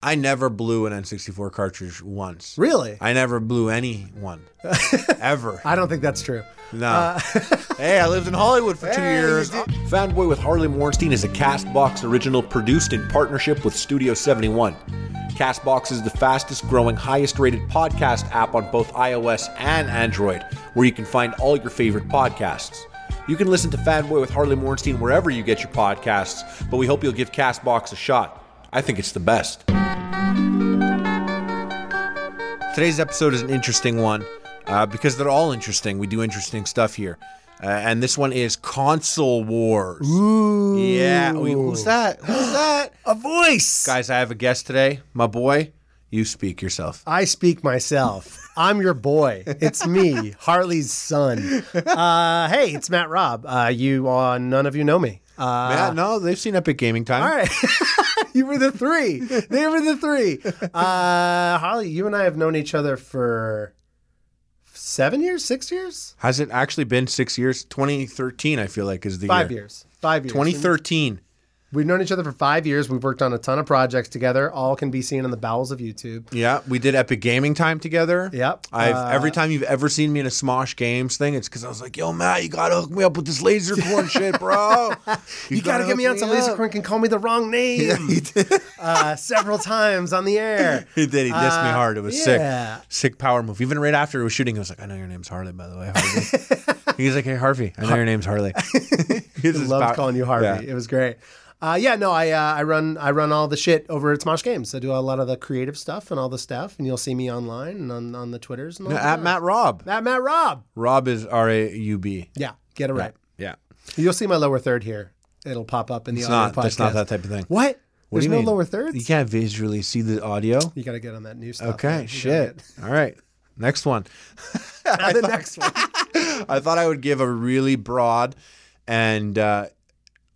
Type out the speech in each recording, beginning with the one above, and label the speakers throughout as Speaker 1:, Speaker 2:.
Speaker 1: I never blew an N64 cartridge once.
Speaker 2: Really?
Speaker 1: I never blew anyone ever.
Speaker 2: I don't think that's true.
Speaker 1: No. hey, I lived in Hollywood for two
Speaker 2: Hey, you
Speaker 1: years.
Speaker 2: did-
Speaker 3: Fanboy with Harley Warrenstein is a Castbox original produced in partnership with Studio 71. Castbox is the fastest growing, highest rated podcast app on both iOS and Android, where you can find all your favorite podcasts. You can listen to Fanboy with Harley Warrenstein wherever you get your podcasts, but we hope you'll give Castbox a shot. I think it's the best.
Speaker 1: Today's episode is an interesting one uh, because they're all interesting. We do interesting stuff here. Uh, and this one is Console Wars.
Speaker 2: Ooh.
Speaker 1: Yeah. we- who's that? Who's that?
Speaker 2: A voice.
Speaker 1: Guys, I have a guest today. My boy, you speak yourself.
Speaker 2: I speak myself. I'm your boy. It's me, Harley's son. Uh, hey, it's Matt Robb. Uh, you, uh, none of you know me. Uh,
Speaker 1: yeah, no, they've seen Epic Gaming Time.
Speaker 2: all right. you were the three. They were the three. Uh, Harley, you and I have known each other for seven years, six years,
Speaker 1: Has it actually been six years? 2013, I feel like, is the
Speaker 2: five
Speaker 1: year.
Speaker 2: years, five years.
Speaker 1: 2013.
Speaker 2: We've known each other for five years. We've worked on a ton of projects together. All can be seen in the bowels of YouTube.
Speaker 1: Yeah, we did Epic Gaming Time together.
Speaker 2: Yep.
Speaker 1: I've
Speaker 2: Uh,
Speaker 1: every time you've ever seen me in a Smosh Games thing, it's because I was like, "Yo, Matt, you gotta hook me up with this laser corn shit, bro.
Speaker 2: You, gotta,
Speaker 1: hook
Speaker 2: get me on some laser
Speaker 1: up."
Speaker 2: crink and call me the wrong name uh, several times on the air.
Speaker 1: He did. He dissed me
Speaker 2: Uh,
Speaker 1: hard. It was
Speaker 2: yeah.
Speaker 1: sick, sick power move. Even right after it was shooting, he was like, "I know your name's Harley, by the way." Harley. He's like, "Hey, Harvey, I know your name's Harley." He
Speaker 2: I loved calling you Harvey. It was great. Uh, yeah, no, I uh, I run I run all the shit over at Smosh Games. I do a lot of the creative stuff and all the stuff, and you'll see me online and on, on the Twitters and all that.
Speaker 1: Uh, At Matt Rob.
Speaker 2: At Matt Rob.
Speaker 1: Rob is R A U B.
Speaker 2: Yeah, get it right.
Speaker 1: Yeah,
Speaker 2: You'll see my lower third here. It'll pop up in the
Speaker 1: it's
Speaker 2: audio
Speaker 1: not. That's not
Speaker 2: podcast.
Speaker 1: that type of thing.
Speaker 2: What?
Speaker 1: What
Speaker 2: There's
Speaker 1: do you
Speaker 2: no
Speaker 1: mean?
Speaker 2: lower
Speaker 1: You
Speaker 2: thirds.
Speaker 1: can't visually see the audio.
Speaker 2: You got to get on that new stuff. man.
Speaker 1: Okay,
Speaker 2: You gotta
Speaker 1: shit. All right, next one.
Speaker 2: get- Now the next one.
Speaker 1: I thought I would give a really broad and uh,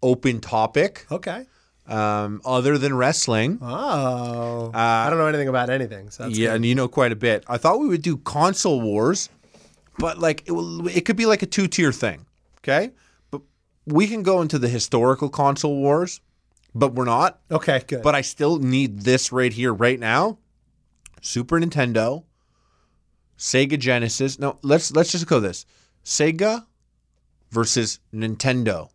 Speaker 1: open topic
Speaker 2: Okay.
Speaker 1: um, other than wrestling.
Speaker 2: Oh. I don't know anything about anything. So that's
Speaker 1: Uh, yeah, and you know quite a bit. I thought we would do console wars, but like it, will, it could be like a two tier thing. Okay, but we can go into the historical console wars, but we're not.
Speaker 2: good. Okay, good.
Speaker 1: But I still need this right here, right now. Super Nintendo, Sega Genesis. No, let's let's just go this. Sega versus Nintendo.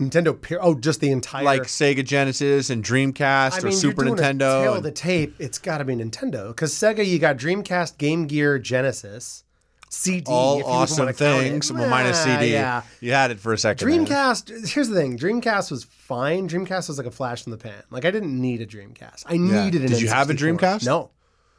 Speaker 2: Nintendo. Peer- oh, just the entire.
Speaker 1: like Sega Genesis and Dreamcast
Speaker 2: I
Speaker 1: or
Speaker 2: mean,
Speaker 1: Super
Speaker 2: you're doing A tail
Speaker 1: Nintendo.
Speaker 2: of the
Speaker 1: and-
Speaker 2: tape. It's got to be Nintendo because Sega. You got Dreamcast, Game Gear, Genesis, CD.
Speaker 1: all
Speaker 2: if you even
Speaker 1: awesome
Speaker 2: wanna count it.
Speaker 1: things. Well, minus
Speaker 2: Nah,
Speaker 1: CD.
Speaker 2: ah, Yeah.
Speaker 1: You had it for a second. there.
Speaker 2: Dreamcast. Here's the thing. Dreamcast was fine. Dreamcast was like a flash in the pan. Like I didn't need a Dreamcast. I needed an.
Speaker 1: Did you have a
Speaker 2: N64.
Speaker 1: Dreamcast?
Speaker 2: No.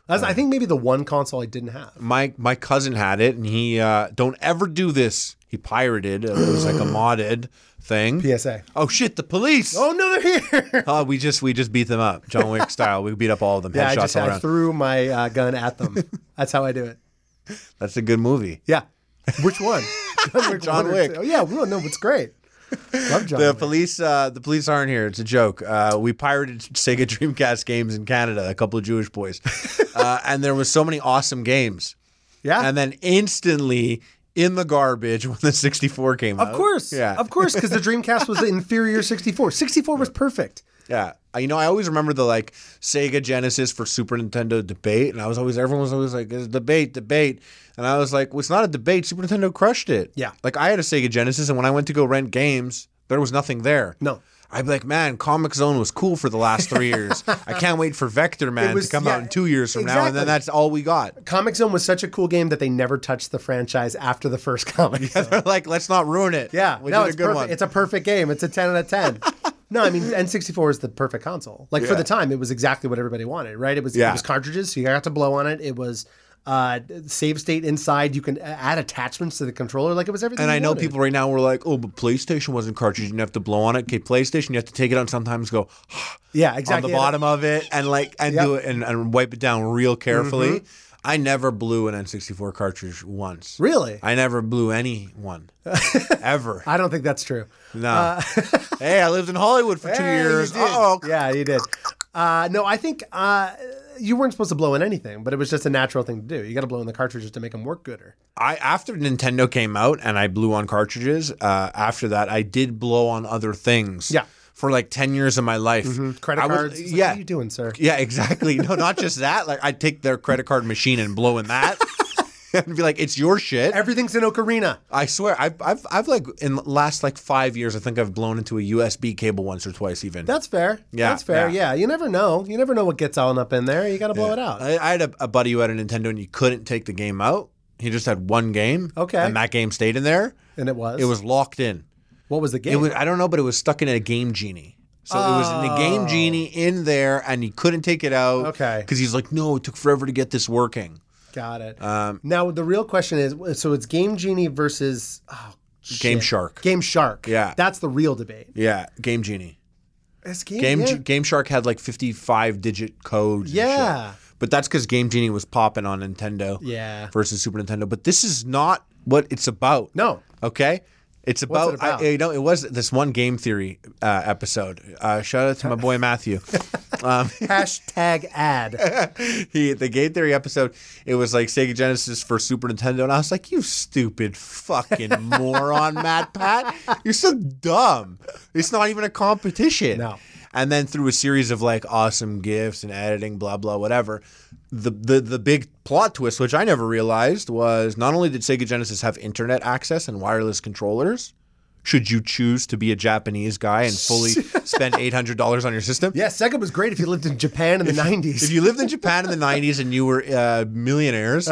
Speaker 2: That's, I think maybe the one console I didn't have.
Speaker 1: My my cousin had it, and he uh, don't ever do this. He pirated. It was like a modded thing.
Speaker 2: PSA.
Speaker 1: Oh shit! The police.
Speaker 2: Oh no, they're here.
Speaker 1: Oh, we just we just beat them up, John Wick style. We beat up all of them.
Speaker 2: yeah, I
Speaker 1: Headshots
Speaker 2: just
Speaker 1: all
Speaker 2: I
Speaker 1: around.
Speaker 2: threw my uh, gun at them. That's how I do it.
Speaker 1: That's a good movie.
Speaker 2: Yeah. Which one? John Wick.
Speaker 1: John
Speaker 2: one or
Speaker 1: Wick.
Speaker 2: two. Oh, yeah. No, no, it's great. Love John
Speaker 1: The
Speaker 2: Wick.
Speaker 1: police, uh, the police aren't here. It's a joke. Uh, we pirated Sega Dreamcast games in Canada. A couple of Jewish boys, uh, and there was so many awesome games.
Speaker 2: Yeah.
Speaker 1: And then instantly in the garbage when the 64 came out.
Speaker 2: of course.
Speaker 1: Yeah.
Speaker 2: Of course, because the Dreamcast was the inferior 64. 64 was perfect.
Speaker 1: Yeah. I- You know, I always remember the like Sega Genesis for Super Nintendo debate, and I was always everyone was always like, "It's a debate, debate," and I was like, "Well, it's not a debate. Super Nintendo crushed it."
Speaker 2: Yeah.
Speaker 1: Like I had a Sega Genesis, and when I went to go rent games, there was nothing there.
Speaker 2: No.
Speaker 1: I'd be like, man, Comic Zone was cool for the last three years. I can't wait for Vector Man
Speaker 2: was-
Speaker 1: to come
Speaker 2: yeah,
Speaker 1: out in two years from now, and
Speaker 2: exactly.
Speaker 1: then that's all we got.
Speaker 2: Comic Zone was such a cool game that they never touched the franchise after the first Comic Zone.
Speaker 1: like, let's not ruin it.
Speaker 2: Yeah.
Speaker 1: we
Speaker 2: no,
Speaker 1: did
Speaker 2: it's
Speaker 1: a good
Speaker 2: perfect.
Speaker 1: one.
Speaker 2: It's a perfect game. It's a 10 out of 10. No, I mean N64 is the perfect console. Like for
Speaker 1: Yeah.
Speaker 2: the time, it was exactly what everybody wanted, right? It was
Speaker 1: Yeah.
Speaker 2: it was cartridges, so you got to blow on it. It was uh, save state inside. You can add attachments to the controller, like it was everything.
Speaker 1: And
Speaker 2: you
Speaker 1: I know
Speaker 2: wanted.
Speaker 1: people right now were like, "Oh, but PlayStation wasn't cartridge. You didn't have to blow on it. Okay, PlayStation, you have to take it out and sometimes go
Speaker 2: Yeah, exactly.
Speaker 1: on the bottom of it and like and do it and, and wipe it down real carefully."
Speaker 2: Mm-hmm.
Speaker 1: I never blew an N64 cartridge once.
Speaker 2: Really?
Speaker 1: I never blew anyone ever.
Speaker 2: I don't think that's true.
Speaker 1: No. hey, I lived in Hollywood for two
Speaker 2: uh, Hey, you
Speaker 1: years.
Speaker 2: did.
Speaker 1: Oh,
Speaker 2: Yeah, you did. Uh, no, I think uh, you weren't supposed to blow in anything, but it was just a natural thing to do. You got to blow in the cartridges to make them work gooder.
Speaker 1: I after Nintendo came out and I blew on cartridges. Uh, after that, I did blow on other things.
Speaker 2: Yeah. Mm-hmm.
Speaker 1: for like 10 years of my life.
Speaker 2: Credit
Speaker 1: I was-
Speaker 2: cards. It's like,
Speaker 1: yeah.
Speaker 2: What are you doing, sir?
Speaker 1: Yeah, exactly. No, not just that. Like I'd take their credit card machine and blow in that and be like, it's your shit.
Speaker 2: Everything's in ocarina.
Speaker 1: I swear, I've, I've, I've like in the last like five years, I think I've blown into a USB cable once or twice even.
Speaker 2: That's fair.
Speaker 1: Yeah,
Speaker 2: That's fair.
Speaker 1: yeah.
Speaker 2: Yeah. You never know. You never know what gets all up in there. You got to blow it out.
Speaker 1: I, I had a, a buddy who had a Nintendo and you couldn't take the game out. He just had one game.
Speaker 2: Okay.
Speaker 1: And that game stayed in there.
Speaker 2: And it was.
Speaker 1: It was locked in.
Speaker 2: What was the game?
Speaker 1: It was, I don't know, but it was stuck in a game genie. So it was in the game genie in there and he couldn't take it out.
Speaker 2: Oh. Okay.
Speaker 1: Because he's like, no, it took forever to get this working. Um,
Speaker 2: Got it. now the real question is: so it's Game Genie versus oh, shit.
Speaker 1: Game Shark.
Speaker 2: Game Shark.
Speaker 1: Yeah.
Speaker 2: that's the real debate.
Speaker 1: Yeah, Game Genie.
Speaker 2: It's Game.
Speaker 1: Game
Speaker 2: yeah.
Speaker 1: Ge- Game Shark had like 55 digit codes. and
Speaker 2: Yeah.
Speaker 1: shit. But that's because Game Genie was popping on Nintendo
Speaker 2: Yeah.
Speaker 1: versus Super Nintendo. But this is not what it's about.
Speaker 2: No.
Speaker 1: Okay. It's about,
Speaker 2: it about?
Speaker 1: I, you know, it was this one game theory uh, episode. Uh, shout out to my boy Matthew. Um,
Speaker 2: Hashtag ad.
Speaker 1: he the game theory episode it was like sega genesis for super nintendo and i was like you stupid fucking moron matt pat you're so dumb it's not even a competition
Speaker 2: No.
Speaker 1: and then through a series of like awesome gifts and editing blah blah whatever the, the the big plot twist which i never realized was not only did sega genesis have internet access and wireless controllers should you choose to be a Japanese guy and fully spend eight hundred dollars on your system?
Speaker 2: Yeah, Sega was great if you lived in Japan in the
Speaker 1: If
Speaker 2: nineties.
Speaker 1: you lived in Japan in the '90s and you were uh, millionaires,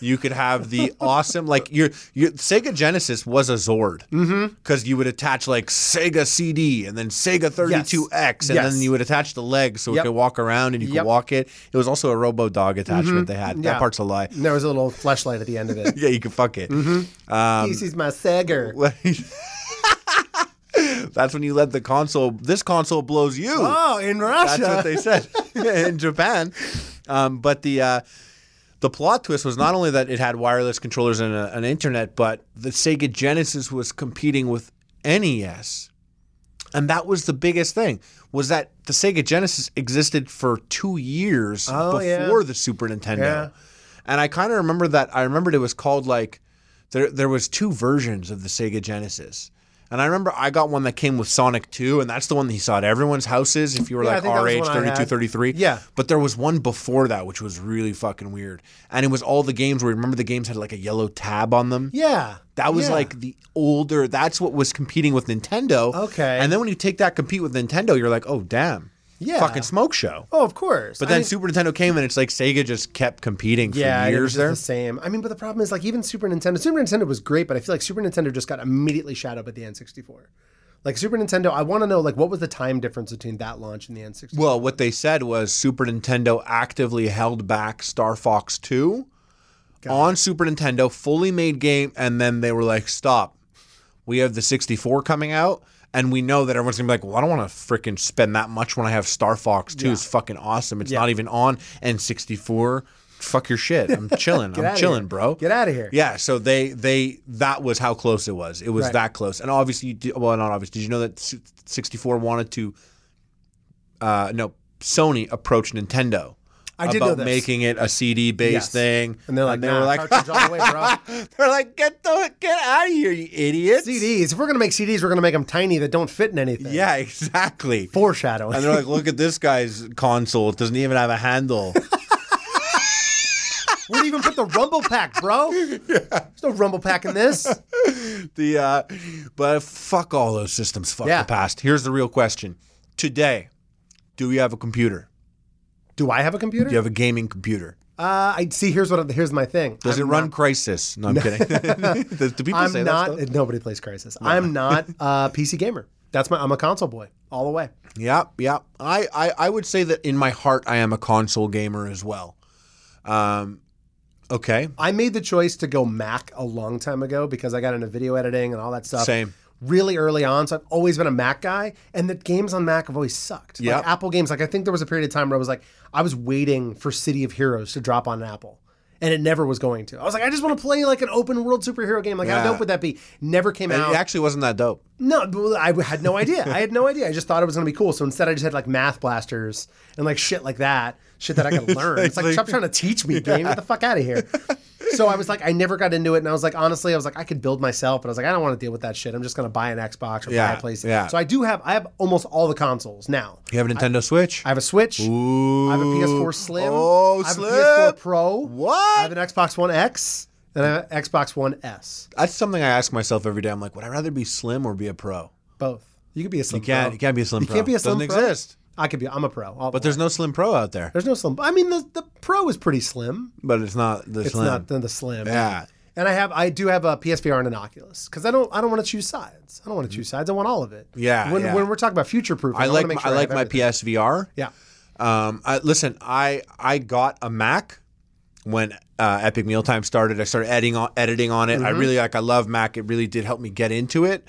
Speaker 1: you could have the awesome like your your Sega Genesis was a Zord
Speaker 2: Mm-hmm.
Speaker 1: because you would attach like Sega CD and then Sega 32X and
Speaker 2: Yes.
Speaker 1: then you would attach the legs so
Speaker 2: Yep.
Speaker 1: it could walk around and you
Speaker 2: Yep. Mm-hmm.
Speaker 1: could walk it. It was also a Robo Dog attachment they had.
Speaker 2: Yeah.
Speaker 1: That part's a lie.
Speaker 2: there was a little flashlight at the end of it.
Speaker 1: Yeah, you could fuck it. Um,
Speaker 2: this is my Sega.
Speaker 1: That's when you let the console. This console blows you.
Speaker 2: Oh, in Russia.
Speaker 1: That's what they said in Japan. Um, but the uh, the plot twist was not only that it had wireless controllers and a, an internet, but the Sega Genesis was competing with NES, and that was the biggest thing. Was that the Sega Genesis existed for two years
Speaker 2: Oh, yeah.
Speaker 1: before the Super Nintendo,
Speaker 2: Yeah.
Speaker 1: and I kind of remember that. I remembered it was called like there there was two versions of the Sega Genesis. And I remember I got one that came with Sonic 2, and that's the one that you saw at everyone's houses if you were
Speaker 2: Yeah, I
Speaker 1: like
Speaker 2: think that was the
Speaker 1: RH
Speaker 2: one I had.
Speaker 1: 32, 33.
Speaker 2: Yeah.
Speaker 1: But there was one before that, which was really fucking weird. And it was all the games where remember the games had like a yellow tab on them?
Speaker 2: yeah.
Speaker 1: That was
Speaker 2: Yeah.
Speaker 1: like the older, that's what was competing with Nintendo.
Speaker 2: Okay.
Speaker 1: And then when you take that compete with Nintendo, you're like, oh, damn.
Speaker 2: Yeah.
Speaker 1: Fucking smoke show.
Speaker 2: Oh, of course.
Speaker 1: But
Speaker 2: I
Speaker 1: then
Speaker 2: mean-
Speaker 1: Super Nintendo came and it's like Sega just kept competing for
Speaker 2: yeah, it was
Speaker 1: years
Speaker 2: just
Speaker 1: there.
Speaker 2: the same. I mean, but the problem is like even Super Nintendo. Super Nintendo was great, but I feel like Super Nintendo just got immediately shot up at the N64. Like Super Nintendo, I want to know like what was the time difference between that launch and the N64?
Speaker 1: Well, what they said was Super Nintendo actively held back Star Fox 2 on Super Nintendo, fully made game, and then they were like, stop. We have the 64 coming out, and we know that everyone's gonna be like, well, I don't wanna freaking spend that much when I have Star Fox 2. It's fucking awesome. It's not even on N64. Fuck your shit. I'm chilling. I'm
Speaker 2: outta
Speaker 1: chilling,
Speaker 2: here.
Speaker 1: bro.
Speaker 2: Get out of here.
Speaker 1: Yeah, so they they that was how close it was. It was
Speaker 2: Right.
Speaker 1: that close, and obviously, you did, well, not obvious. Did you know that sixty four wanted to? Uh, no, Sony approached Nintendo.
Speaker 2: I did
Speaker 1: about
Speaker 2: know this.
Speaker 1: making it a CD based
Speaker 2: Yes.
Speaker 1: thing,
Speaker 2: And they're like,
Speaker 1: they
Speaker 2: nah,
Speaker 1: were like,
Speaker 2: cartridge all the way, bro.
Speaker 1: they're like, get the get out of here, you idiots!
Speaker 2: CDs. If we're gonna make CDs, we're gonna make them tiny that don't fit in anything.
Speaker 1: Yeah, exactly.
Speaker 2: foreshadowing.
Speaker 1: And they're like, look at this guy's console; it doesn't even have a handle.
Speaker 2: we didn't even put the rumble pack, bro. There's no rumble pack in this.
Speaker 1: the uh, but fuck all those systems. Fuck
Speaker 2: Yeah.
Speaker 1: the past. Here's the real question: Today, do you have a computer?
Speaker 2: Do I have a computer?
Speaker 1: Do you have a gaming computer?
Speaker 2: Uh, I see. Here's what. I'm- Here's my thing.
Speaker 1: Does
Speaker 2: I'm
Speaker 1: it run Crisis? No, I'm kidding. Does- do people
Speaker 2: I'm
Speaker 1: say
Speaker 2: not.
Speaker 1: that? Stuff?
Speaker 2: Nobody plays Crisis. I'm not a PC gamer. That's my. I'm a console boy all the way.
Speaker 1: Yeah, yeah. I, I, I would say that in my heart, I am a console gamer as well. Um, okay,
Speaker 2: I made the choice to go Mac a long time ago because I got into video editing and all that stuff.
Speaker 1: Same.
Speaker 2: Really early on, so I've always been a Mac guy, and the games on Mac have always sucked.
Speaker 1: Yep.
Speaker 2: Like Apple games, like I think there was a period of time where I was like, I was waiting for City of Heroes to drop on Apple, and it never was going to. I was like, I just want to play like an open world superhero game. Like,
Speaker 1: Yeah.
Speaker 2: how dope would that be? Never came
Speaker 1: it
Speaker 2: out.
Speaker 1: actually wasn't that dope.
Speaker 2: No, well, I had no idea. I had no idea. I just thought it was going to be cool. So instead, I just had like math blasters and like shit like that, shit that I could learn. it's like,
Speaker 1: like-
Speaker 2: stop trying to teach me, game. Get the fuck out of here. so I was like, I never got into it, and I was like, honestly, I was like, I could build myself, but I was like, I don't want to deal with that shit. I'm just gonna buy an Xbox or
Speaker 1: Yeah,
Speaker 2: buy a PlayStation.
Speaker 1: yeah.
Speaker 2: So I do have, I have almost all the consoles now.
Speaker 1: You have a Nintendo Switch?
Speaker 2: I have a Switch.
Speaker 1: Ooh.
Speaker 2: I have a PS4 Slim.
Speaker 1: Oh,
Speaker 2: I have
Speaker 1: Slim.
Speaker 2: a PS4 Pro.
Speaker 1: What?
Speaker 2: I have an Xbox One X and I have an Xbox One S.
Speaker 1: That's something I ask myself every day. I'm like, would I rather be slim or be a pro?
Speaker 2: Both. You could be a Slim.
Speaker 1: You can't.
Speaker 2: Pro.
Speaker 1: You can't be a slim.
Speaker 2: You
Speaker 1: pro.
Speaker 2: can't be a Slim.
Speaker 1: Doesn't
Speaker 2: Pro.
Speaker 1: exist.
Speaker 2: I could be. I'm a pro. I'll-
Speaker 1: But there's no slim pro out there.
Speaker 2: there's no Slim. I mean, the the Pro is pretty slim.
Speaker 1: But it's not the
Speaker 2: It's
Speaker 1: slim.
Speaker 2: not the, the Slim.
Speaker 1: Yeah.
Speaker 2: And I have I do have a PSVR and an Oculus because I don't I don't want to choose sides. I don't want to choose sides. I want all of it.
Speaker 1: Yeah,
Speaker 2: When,
Speaker 1: yeah.
Speaker 2: when we're talking about future proof,
Speaker 1: I like.
Speaker 2: Make
Speaker 1: my-
Speaker 2: sure
Speaker 1: I like
Speaker 2: have
Speaker 1: my
Speaker 2: everything.
Speaker 1: PSVR.
Speaker 2: Yeah.
Speaker 1: Um, I, listen, I I got a Mac when uh, Epic Mealtime started. I started editing on, editing on it. I
Speaker 2: Mm-hmm.
Speaker 1: really like. I love Mac. It really did help me get into it.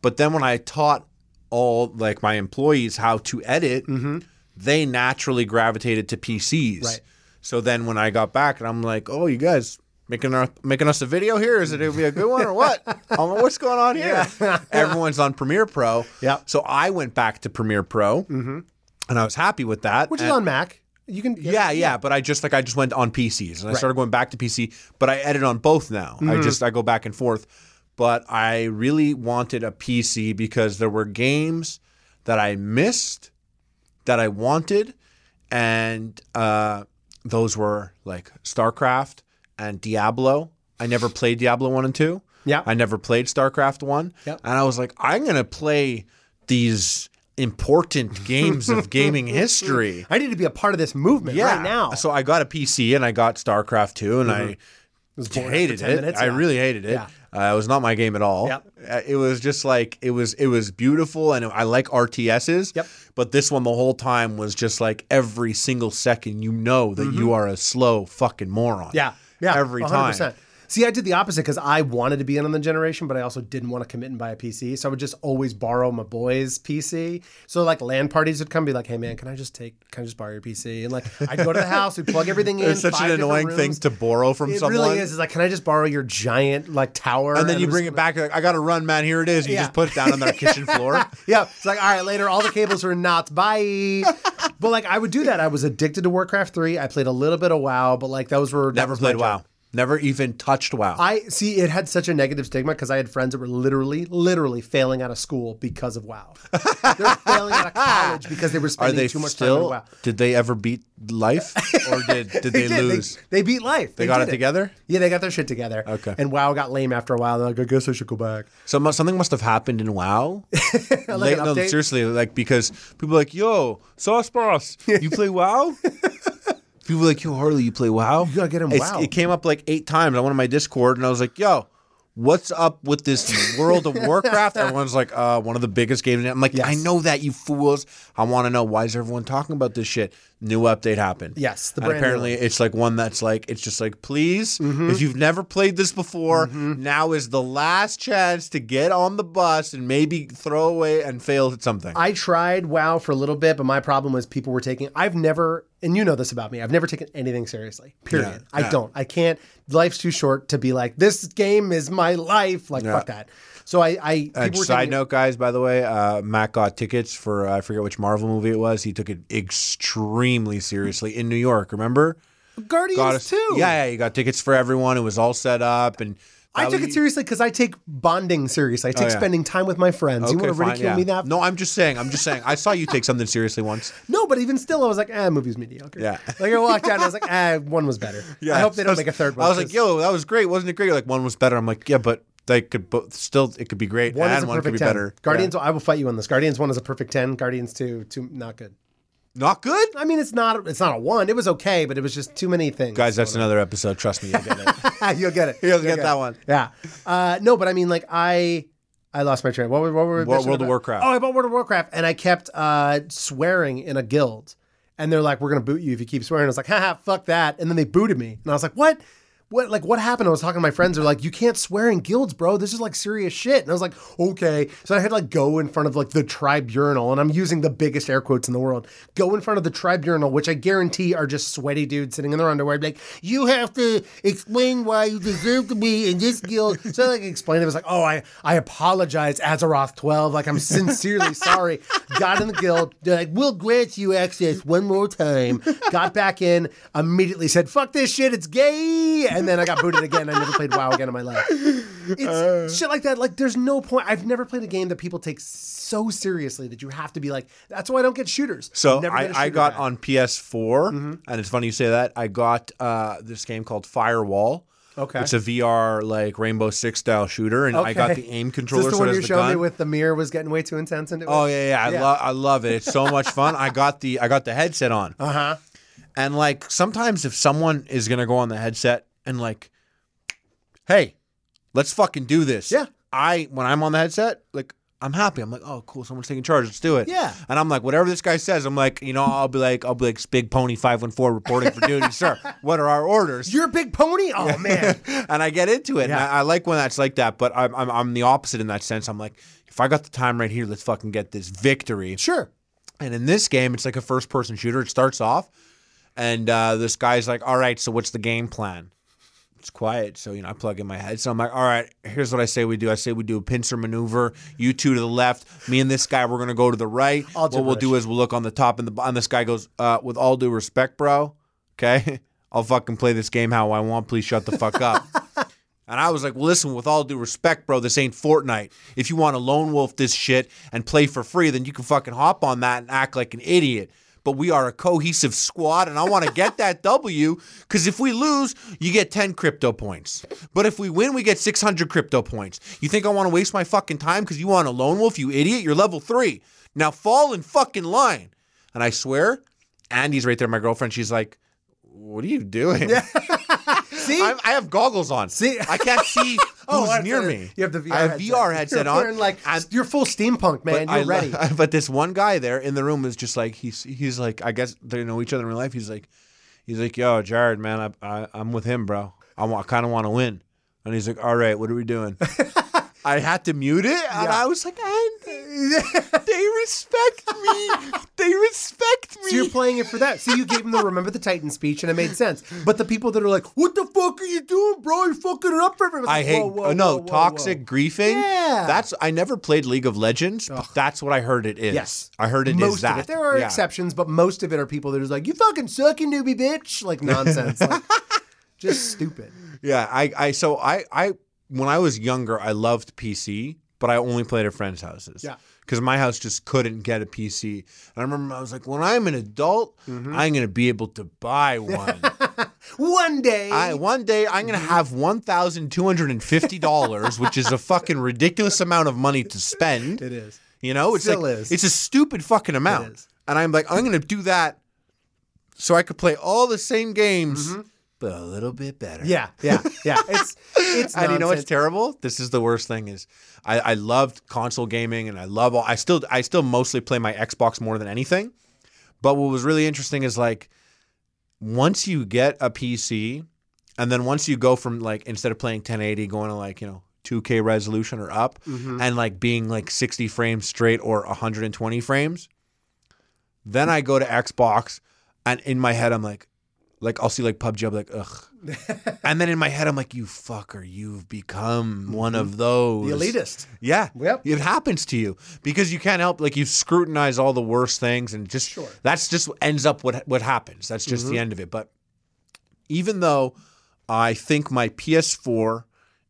Speaker 1: But then when I taught all like my employees how to edit, they naturally gravitated to PCs.
Speaker 2: Mm-hmm. Right.
Speaker 1: So then when I got back, and I'm like, oh, you guys. Making, our, making us a video here? Is it going to be a good one or what? I'm like, what's going on here? Everyone's on Premiere Pro.
Speaker 2: Yeah.
Speaker 1: So I went back to Premiere Pro and I was happy with that.
Speaker 2: Mm-hmm. which is
Speaker 1: And-
Speaker 2: on Mac. You can get
Speaker 1: yeah, yeah, but I just like I just went on PCs and I started going back to PC, but I edit on both now. I
Speaker 2: Mm-hmm.
Speaker 1: just I go back and forth, but I really wanted a PC because there were games that I missed that I wanted, and uh, those were like StarCraft and Diablo. I never played Diablo one and two.
Speaker 2: Yeah.
Speaker 1: I never played StarCraft one,
Speaker 2: Yep.
Speaker 1: and I was like, I'm gonna play these important games of gaming history.
Speaker 2: I need to be a part of this movement right now.
Speaker 1: So I got a PC and I got StarCraft 2 and I
Speaker 2: boring
Speaker 1: hated
Speaker 2: for 10
Speaker 1: it.
Speaker 2: minutes,
Speaker 1: I
Speaker 2: yeah.
Speaker 1: really hated it.
Speaker 2: Yeah.
Speaker 1: Uh, it was not my game at all.
Speaker 2: Yep.
Speaker 1: Uh, it was just like it was it was beautiful and I like RTSs.
Speaker 2: Yep.
Speaker 1: But this one the whole time was just like every single second you know that you are a slow fucking moron.
Speaker 2: Mm-hmm. Yeah. Yeah.
Speaker 1: Every
Speaker 2: 100%.
Speaker 1: time.
Speaker 2: See, I did the opposite because I wanted to be in on the generation, but I also didn't want to commit and buy a PC. So I would just always borrow my boy's PC. So like LAN parties would come, be like, "Hey man, can I just take, can I just borrow your PC?" And like I'd go to the house, we'd plug everything in.
Speaker 1: It's such
Speaker 2: five
Speaker 1: an
Speaker 2: different
Speaker 1: annoying thing
Speaker 2: rooms.
Speaker 1: to borrow from
Speaker 2: It
Speaker 1: someone.
Speaker 2: really is. It's like, can I just borrow your giant like tower?
Speaker 1: And then you
Speaker 2: I'm
Speaker 1: bring
Speaker 2: just
Speaker 1: it back. You're like, I got to run, man. Here it is. You
Speaker 2: Yeah.
Speaker 1: just put it down on their kitchen floor.
Speaker 2: Yeah, it's like all right. Later, all the cables are not. Bye. but like, I would do that. I was addicted to Warcraft three. I played a little bit of WoW, but like those were that
Speaker 1: Never
Speaker 2: was my
Speaker 1: played
Speaker 2: job.
Speaker 1: WoW. Never even touched WoW.
Speaker 2: I see it had such a negative stigma because I had friends that were literally, literally failing out of school because of WoW. They're failing out of college because they were
Speaker 1: Are
Speaker 2: spending
Speaker 1: they
Speaker 2: too much
Speaker 1: still?
Speaker 2: time in WoW.
Speaker 1: Did they ever beat life, or did did they,
Speaker 2: did.
Speaker 1: lose?
Speaker 2: They, beat life. They,
Speaker 1: got
Speaker 2: did
Speaker 1: it together?
Speaker 2: Yeah, they got their shit together.
Speaker 1: Okay.
Speaker 2: And WoW got lame after a while. They're like, I guess I should go back.
Speaker 1: So mu- something must have happened in WoW. Late-
Speaker 2: an
Speaker 1: no,
Speaker 2: update?
Speaker 1: seriously, like because people are like, "Yo, Sauce Boss, you play WoW?" people are like, "Yo, Harley, you play WoW?" You
Speaker 2: gotta get him WoW.
Speaker 1: It came up like eight times on one of my Discord, and I was like, "Yo." What's up with this World of Warcraft? Everyone's like, uh, one of the biggest games. I'm like,
Speaker 2: Yes.
Speaker 1: I know that, you fools. I want to know why is everyone talking about this shit? New update happened.
Speaker 2: Yes, the
Speaker 1: And
Speaker 2: brand new Mm-hmm.
Speaker 1: apparently it's like one that's like it's just like please if you've never played this before now is the last chance to get on the bus and maybe throw away and fail at something
Speaker 2: I tried WoW for a little bit, but my problem was people were taking. I've never, and you know this about me. I've never taken anything seriously. Period. I don't. I can't. Life's too short to be like this. Game is my life. Like fuck that. So I, I people
Speaker 1: And
Speaker 2: were
Speaker 1: Uh, side
Speaker 2: taking-
Speaker 1: note guys by the way uh, matt got tickets for uh, i forget which marvel movie it was he took it extremely seriously in new york remember
Speaker 2: Guardians
Speaker 1: got us
Speaker 2: too.
Speaker 1: yeah yeah he got tickets for everyone it was all set up and
Speaker 2: I
Speaker 1: that
Speaker 2: took
Speaker 1: was-
Speaker 2: it seriously because I take bonding seriously. I take
Speaker 1: Oh, yeah.
Speaker 2: spending time with my friends. you
Speaker 1: Okay,
Speaker 2: want to
Speaker 1: fine,
Speaker 2: ridicule
Speaker 1: yeah.
Speaker 2: me that?
Speaker 1: no i'm just saying i'm just saying i saw you take something seriously once
Speaker 2: No, but even still, I was like, ah, movie's mediocre.
Speaker 1: Yeah.
Speaker 2: Like I walked out and I was like, ah, one was better. I hope they
Speaker 1: I
Speaker 2: don't
Speaker 1: was-
Speaker 2: make a third one.
Speaker 1: I was like,
Speaker 2: 'cause
Speaker 1: "Yo, that was great, wasn't it great?" You're like one was better. I'm like, "Yeah, but they could both still. It could be great,
Speaker 2: One is
Speaker 1: and
Speaker 2: a
Speaker 1: one could
Speaker 2: perfect
Speaker 1: be
Speaker 2: 10.
Speaker 1: better."
Speaker 2: Guardians, I will fight you on this. Guardians 1 is a perfect 10. Guardians 2, two not good.
Speaker 1: not good,
Speaker 2: I mean, it's not it's not a one. It was okay, but it was just too many things.
Speaker 1: guys. That's another episode. Trust me, you'll get it.
Speaker 2: you'll get it.
Speaker 1: You'll get that one.
Speaker 2: Yeah. Uh, no, but I mean, like I I lost my train. What were what were we
Speaker 1: Wor-
Speaker 2: bitching
Speaker 1: World of
Speaker 2: about?
Speaker 1: Warcraft.
Speaker 2: Oh, I bought World of Warcraft, and I kept uh, swearing in a guild, and they're like, "We're gonna boot you if you keep swearing." I was like, "Haha, fuck that!" And then they booted me, and I was like, "What?" What like what happened? I was talking to my friends. They're like, "You can't swear in guilds, bro. This is like serious shit." And I was like, "Okay." So I had to like go in front of like the tribunal, and I'm using the biggest air quotes in the world. Go in front of the tribunal, which I guarantee are just sweaty dudes sitting in their underwear, like, "You have to explain why you deserve to be in this guild." So I like explained it. I was like, "Oh, I I apologize, Azeroth twelve. Like I'm sincerely sorry." Got in the guild. They're like, "We'll grant you access one more time." Got back in. Immediately said, "Fuck this shit. It's gay," and and then I got booted again. I never played WoW again in my life. It's
Speaker 1: Uh.
Speaker 2: shit like that. Like, there's no point. I've never played a game that people take so seriously that you have to be like. That's why I don't get shooters.
Speaker 1: So
Speaker 2: Never
Speaker 1: I,
Speaker 2: get a Mm-hmm.
Speaker 1: I
Speaker 2: shooter
Speaker 1: got
Speaker 2: guy.
Speaker 1: on PS4, and it's funny you say that. I got uh, this game called Firewall.
Speaker 2: Okay.
Speaker 1: It's a VR like Rainbow Six style shooter, and I got
Speaker 2: Okay.
Speaker 1: the aim
Speaker 2: Is
Speaker 1: controller.
Speaker 2: this the
Speaker 1: so it
Speaker 2: one
Speaker 1: has
Speaker 2: you
Speaker 1: the
Speaker 2: showed me
Speaker 1: gun.
Speaker 2: with the mirror was getting way too intense? And it
Speaker 1: Oh
Speaker 2: was?
Speaker 1: yeah, yeah, I,
Speaker 2: Yeah.
Speaker 1: Lo- I love it. It's so much fun. I got the I got the headset on,
Speaker 2: Uh huh.
Speaker 1: and like sometimes if someone is gonna go on the headset and like, hey, let's fucking do this.
Speaker 2: Yeah.
Speaker 1: I when I'm on the headset, like I'm happy. I'm like, oh cool, someone's taking charge. Let's do it.
Speaker 2: Yeah.
Speaker 1: And I'm like, whatever this guy says, I'm like, you know, I'll be like, I'll be like, big pony five one four reporting for duty, sir. What are our orders?
Speaker 2: You're a big pony. Oh man.
Speaker 1: and I get into it. And
Speaker 2: Yeah.
Speaker 1: I, I like when that's like that, but I'm, I'm I'm the opposite in that sense. I'm like, if I got the time right here, let's fucking get this victory.
Speaker 2: Sure.
Speaker 1: And in this game, it's like a first person shooter. It starts off, and uh, this guy's like, all right, so what's the game plan? It's quiet, so you know I plug in my head. So I'm like, all right, here's what I say we do. I say we do a pincer maneuver. You two to the left. Me and this guy, we're gonna go to the right.
Speaker 2: All
Speaker 1: what we'll do is we'll look on the top and the bottom. This guy goes, uh, with all due respect, bro. Okay, I'll fucking play this game how I want. Please shut the fuck up. And I was like, well, listen, with all due respect, bro, this ain't Fortnite. If you want to lone wolf this shit and play for free, then you can fucking hop on that and act like an idiot. But we are a cohesive squad, and I want to get that W because if we lose, you get 10 crypto points. But if we win, we get 600 crypto points. You think I want to waste my fucking time because you want a lone wolf, you idiot? You're level three. Now fall in fucking line. And I swear, Andy's right there, my girlfriend. She's like, what are you doing?
Speaker 2: See.
Speaker 1: I'm, I have goggles on.
Speaker 2: See? Oh,
Speaker 1: I can't see who's
Speaker 2: that's
Speaker 1: near
Speaker 2: it.
Speaker 1: me.
Speaker 2: You have the VR
Speaker 1: I have
Speaker 2: headset.
Speaker 1: VR headset
Speaker 2: you're
Speaker 1: on.
Speaker 2: wearing, Like
Speaker 1: and-
Speaker 2: you're full steampunk, man.
Speaker 1: I
Speaker 2: You're
Speaker 1: lo-
Speaker 2: ready.
Speaker 1: but this one guy there in the room is just like he's he's like I guess they know each other in real life. He's like he's like yo Jared man I, I I'm with him bro. I want kind of want to win. And he's like all right what are we doing? I had to mute it and
Speaker 2: Yeah.
Speaker 1: I was like Andy, they respect me. They respect me.
Speaker 2: So you're playing it for that. So you gave him the Remember the Titan speech, and it made sense. But the people that are like, "What the fuck are you doing, bro? You're fucking it up for everyone." It's
Speaker 1: I
Speaker 2: like,
Speaker 1: hate
Speaker 2: whoa, whoa,
Speaker 1: uh, no
Speaker 2: whoa, whoa,
Speaker 1: toxic
Speaker 2: whoa.
Speaker 1: griefing.
Speaker 2: Yeah.
Speaker 1: that's I never played League of Legends, but that's what I heard it is.
Speaker 2: Yes,
Speaker 1: I heard it is
Speaker 2: most
Speaker 1: that.
Speaker 2: Of it. There are
Speaker 1: Yeah.
Speaker 2: exceptions, but most of it are people that are just like, "You fucking suck, you newbie bitch," like nonsense, like, just stupid.
Speaker 1: Yeah, I, I so I I when I was younger, I loved PC, but I only played at friends' houses.
Speaker 2: Yeah.
Speaker 1: Because my house just couldn't get a PC. And I remember I was like, when I'm an adult,
Speaker 2: Mm-hmm.
Speaker 1: I'm gonna be able to buy one.
Speaker 2: One day,
Speaker 1: I one day I'm
Speaker 2: Mm-hmm.
Speaker 1: gonna have one thousand two hundred and fifty dollars, which is a fucking ridiculous amount of money to spend.
Speaker 2: it is.
Speaker 1: You know, it's
Speaker 2: Still
Speaker 1: like,
Speaker 2: is.
Speaker 1: it's a stupid fucking amount.
Speaker 2: It is.
Speaker 1: And I'm like, I'm gonna do that so I could play all the same games,
Speaker 2: Mm-hmm.
Speaker 1: but a little bit better.
Speaker 2: Yeah, yeah, yeah. It's it's.
Speaker 1: And you know what's
Speaker 2: nonsense.
Speaker 1: terrible? This is the worst thing is I, I loved console gaming and I love all I still I still mostly play my Xbox more than anything. But what was really interesting is like once you get a PC and then once you go from like instead of playing 1080 going to like, you know, 2K resolution or up
Speaker 2: Mm-hmm.
Speaker 1: and like being like 60 frames straight or 120 frames, then I go to Xbox and in my head I'm like like I'll see like PUBG I'll be like ugh and then in my head, I'm like, you fucker, you've become one of those.
Speaker 2: Mm-hmm. The elitist.
Speaker 1: Yeah.
Speaker 2: Yep.
Speaker 1: It happens to you because you can't help, like, you scrutinize all the worst things and just,
Speaker 2: Sure. Mm-hmm.
Speaker 1: that's just what ends up what, what happens. That's just the end of it. But even though I think my PS4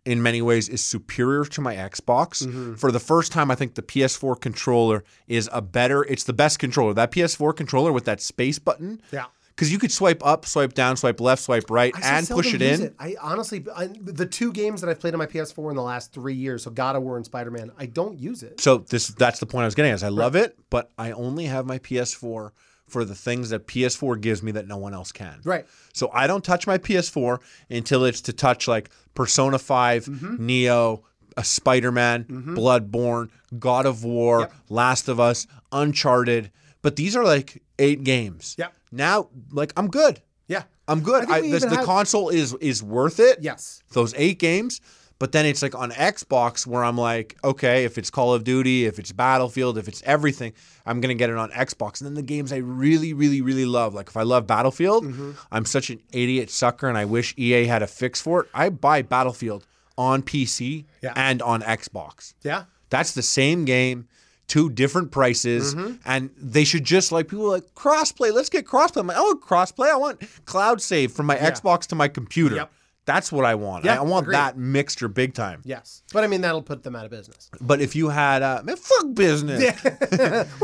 Speaker 1: in many ways is superior to my Xbox,
Speaker 2: Mm-hmm.
Speaker 1: for the first time, I think the PS4 controller is a better, it's the best controller. That PS4 controller with that space button.
Speaker 2: Yeah.
Speaker 1: Because you could swipe up, swipe down, swipe left, swipe right,
Speaker 2: I
Speaker 1: and
Speaker 2: so
Speaker 1: push it
Speaker 2: seldom
Speaker 1: in.
Speaker 2: use I honestly, I, the two games that I've played on my PS4 in the last three years, so God of War and Spider Man, I don't use it.
Speaker 1: so this that's the point I was getting at. Is I love it, but I only have my PS4 for the things that PS4 gives me that no one else can.
Speaker 2: Right.
Speaker 1: So I don't touch my PS4 until it's to touch like Persona 5,
Speaker 2: Mm-hmm.
Speaker 1: Neo, a Spider-Man, Bloodborne, God of War, Last of Us, Uncharted. But these are like eight games.
Speaker 2: Yep.
Speaker 1: Now, like I'm good.
Speaker 2: Yeah.
Speaker 1: I'm good.
Speaker 2: think
Speaker 1: I
Speaker 2: we
Speaker 1: this,
Speaker 2: even
Speaker 1: the
Speaker 2: have-
Speaker 1: console is is worth it
Speaker 2: Yes.
Speaker 1: those eight games. But then it's like on Xbox where I'm like, okay, if it's Call of Duty, if it's Battlefield, if it's everything, I'm gonna get it on Xbox. And then the games I really, really, really love, like if I love Battlefield, I'm such an idiot sucker, and I wish EA had a fix for it. I buy Battlefield on PC
Speaker 2: Yeah.
Speaker 1: and on Xbox.
Speaker 2: Yeah.
Speaker 1: That's the same game, two different prices,
Speaker 2: Mm-hmm.
Speaker 1: and they should just like people are like crossplay. Let's get crossplay. I'm like, I want crossplay. I want cloud save from my Xbox to my computer.
Speaker 2: Yep.
Speaker 1: That's what I want.
Speaker 2: Yeah,
Speaker 1: I want
Speaker 2: agreed.
Speaker 1: that mixture big time.
Speaker 2: Yes, but I mean that'll put them out of business.
Speaker 1: But if you had uh, man, fuck business.
Speaker 2: We'll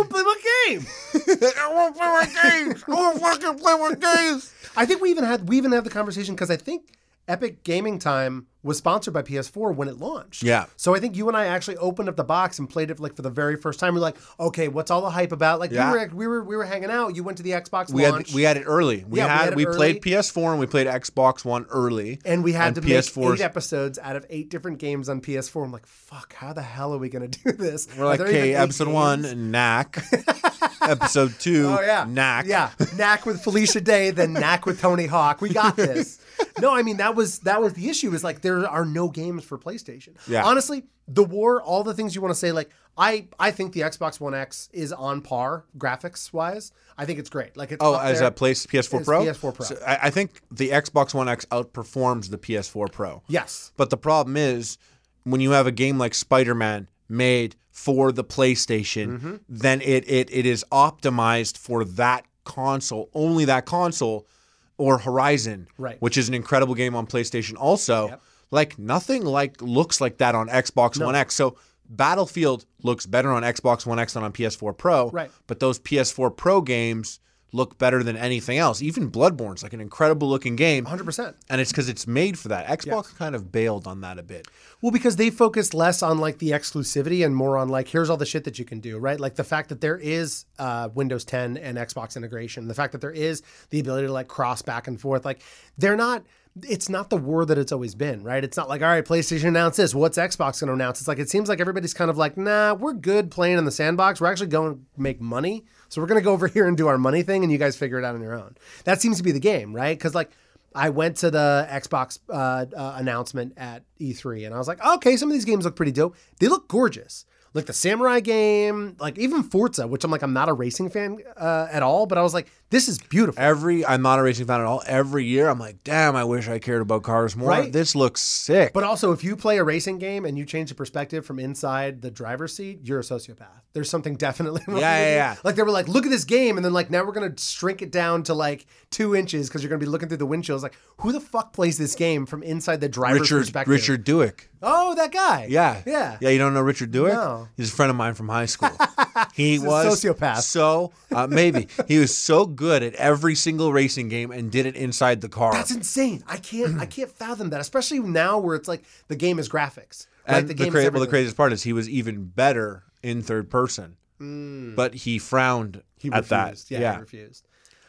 Speaker 2: play what game?
Speaker 1: I won't play my games. I won't fucking play my games.
Speaker 2: I think we even had we even had the conversation because I think Epic Gaming Time was sponsored by PS4 when it launched.
Speaker 1: Yeah.
Speaker 2: So I think you and I actually opened up the box and played it like for the very first time. We're like, okay, what's all the hype about? Like
Speaker 1: Yeah.
Speaker 2: we were we were we were hanging out. You went to the Xbox
Speaker 1: We
Speaker 2: launch.
Speaker 1: had we had it early. We
Speaker 2: Yeah,
Speaker 1: had,
Speaker 2: we had it
Speaker 1: we
Speaker 2: early.
Speaker 1: played PS4 and we played Xbox One early.
Speaker 2: and we had
Speaker 1: and
Speaker 2: to
Speaker 1: PS4s.
Speaker 2: make eight episodes out of eight different games on PS4. I'm like, fuck, how the hell are we gonna do this?
Speaker 1: We're like, okay, episode one, knack. episode two,
Speaker 2: Oh yeah,
Speaker 1: knack.
Speaker 2: Yeah, knack with Felicia Day, then knack with Tony Hawk. We got this. No, I mean that was that was the issue. Is like there are no games for PlayStation.
Speaker 1: Yeah.
Speaker 2: Honestly, the war, all the things you want to say. Like I, I think the Xbox One X is on par graphics wise. I think it's great. Like it's
Speaker 1: Oh,
Speaker 2: up
Speaker 1: as
Speaker 2: there.
Speaker 1: a place PS4
Speaker 2: It's
Speaker 1: Pro.
Speaker 2: PS4 Pro.
Speaker 1: I, I think the Xbox One X outperforms the PS4 Pro.
Speaker 2: yes.
Speaker 1: But the problem is when you have a game like Spider-Man made for the PlayStation,
Speaker 2: Mm-hmm.
Speaker 1: then it, it it is optimized for that console, only that console, or Horizon,
Speaker 2: Right.
Speaker 1: which is an incredible game on PlayStation also. Like nothing like looks like that on Xbox One X. So Battlefield looks better on Xbox One X than on PS4 Pro.
Speaker 2: Right.
Speaker 1: But those PS4 Pro games look better than anything else. Even Bloodborne's like an incredible looking game.
Speaker 2: 100%.
Speaker 1: And it's because it's made for that. Xbox kind of bailed on that a bit.
Speaker 2: Well, because they focus less on like the exclusivity and more on like here's all the shit that you can do, right? Like the fact that there is uh, Windows 10 and Xbox integration, the fact that there is the ability to like cross back and forth, like they're not. It's not the war that it's always been, right? It's not like, all right, PlayStation announced this. What's Xbox going to announce? It's like, it seems like everybody's kind of like, nah, we're good playing in the sandbox. We're actually going to make money. So we're going to go over here and do our money thing and you guys figure it out on your own. That seems to be the game, right? Because, like, I went to the Xbox uh, uh, announcement at E3, and I was like, okay, some of these games look pretty dope. They look gorgeous, like the Samurai game, like even Forza, which I'm like, I'm not a racing fan uh, at all, but I was like, this is beautiful.
Speaker 1: Every I'm not a racing fan at all. Every year I'm like, damn, I wish I cared about cars more.
Speaker 2: Right.
Speaker 1: This looks sick.
Speaker 2: But also, if you play a racing game and you change the perspective from inside the driver's seat, you're a sociopath. There's something definitely wrong.
Speaker 1: Yeah,
Speaker 2: with
Speaker 1: yeah,
Speaker 2: you.
Speaker 1: yeah.
Speaker 2: Like they were like, look at this game, and then like now we're gonna shrink it down to like two inches because you're gonna be looking through the windshield. It's like, who the fuck plays this game from inside the driver's
Speaker 1: Richard
Speaker 2: perspective?
Speaker 1: Richard Duick.
Speaker 2: Oh, that guy.
Speaker 1: Yeah.
Speaker 2: Yeah.
Speaker 1: Yeah, you don't know Richard Duick?
Speaker 2: No.
Speaker 1: He's a friend of mine from high school. He was
Speaker 2: sociopath.
Speaker 1: So uh, maybe he was so good at every single racing game and did it inside the car.
Speaker 2: That's insane. I can't I can't fathom that, especially now where it's like the game is graphics. Right?
Speaker 1: and the,
Speaker 2: game
Speaker 1: cra- well,
Speaker 2: is
Speaker 1: the
Speaker 2: everything.
Speaker 1: craziest part is he was even better in third person. But he frowned
Speaker 2: Hmm. he
Speaker 1: at that.
Speaker 2: refused. Yeah, he refused.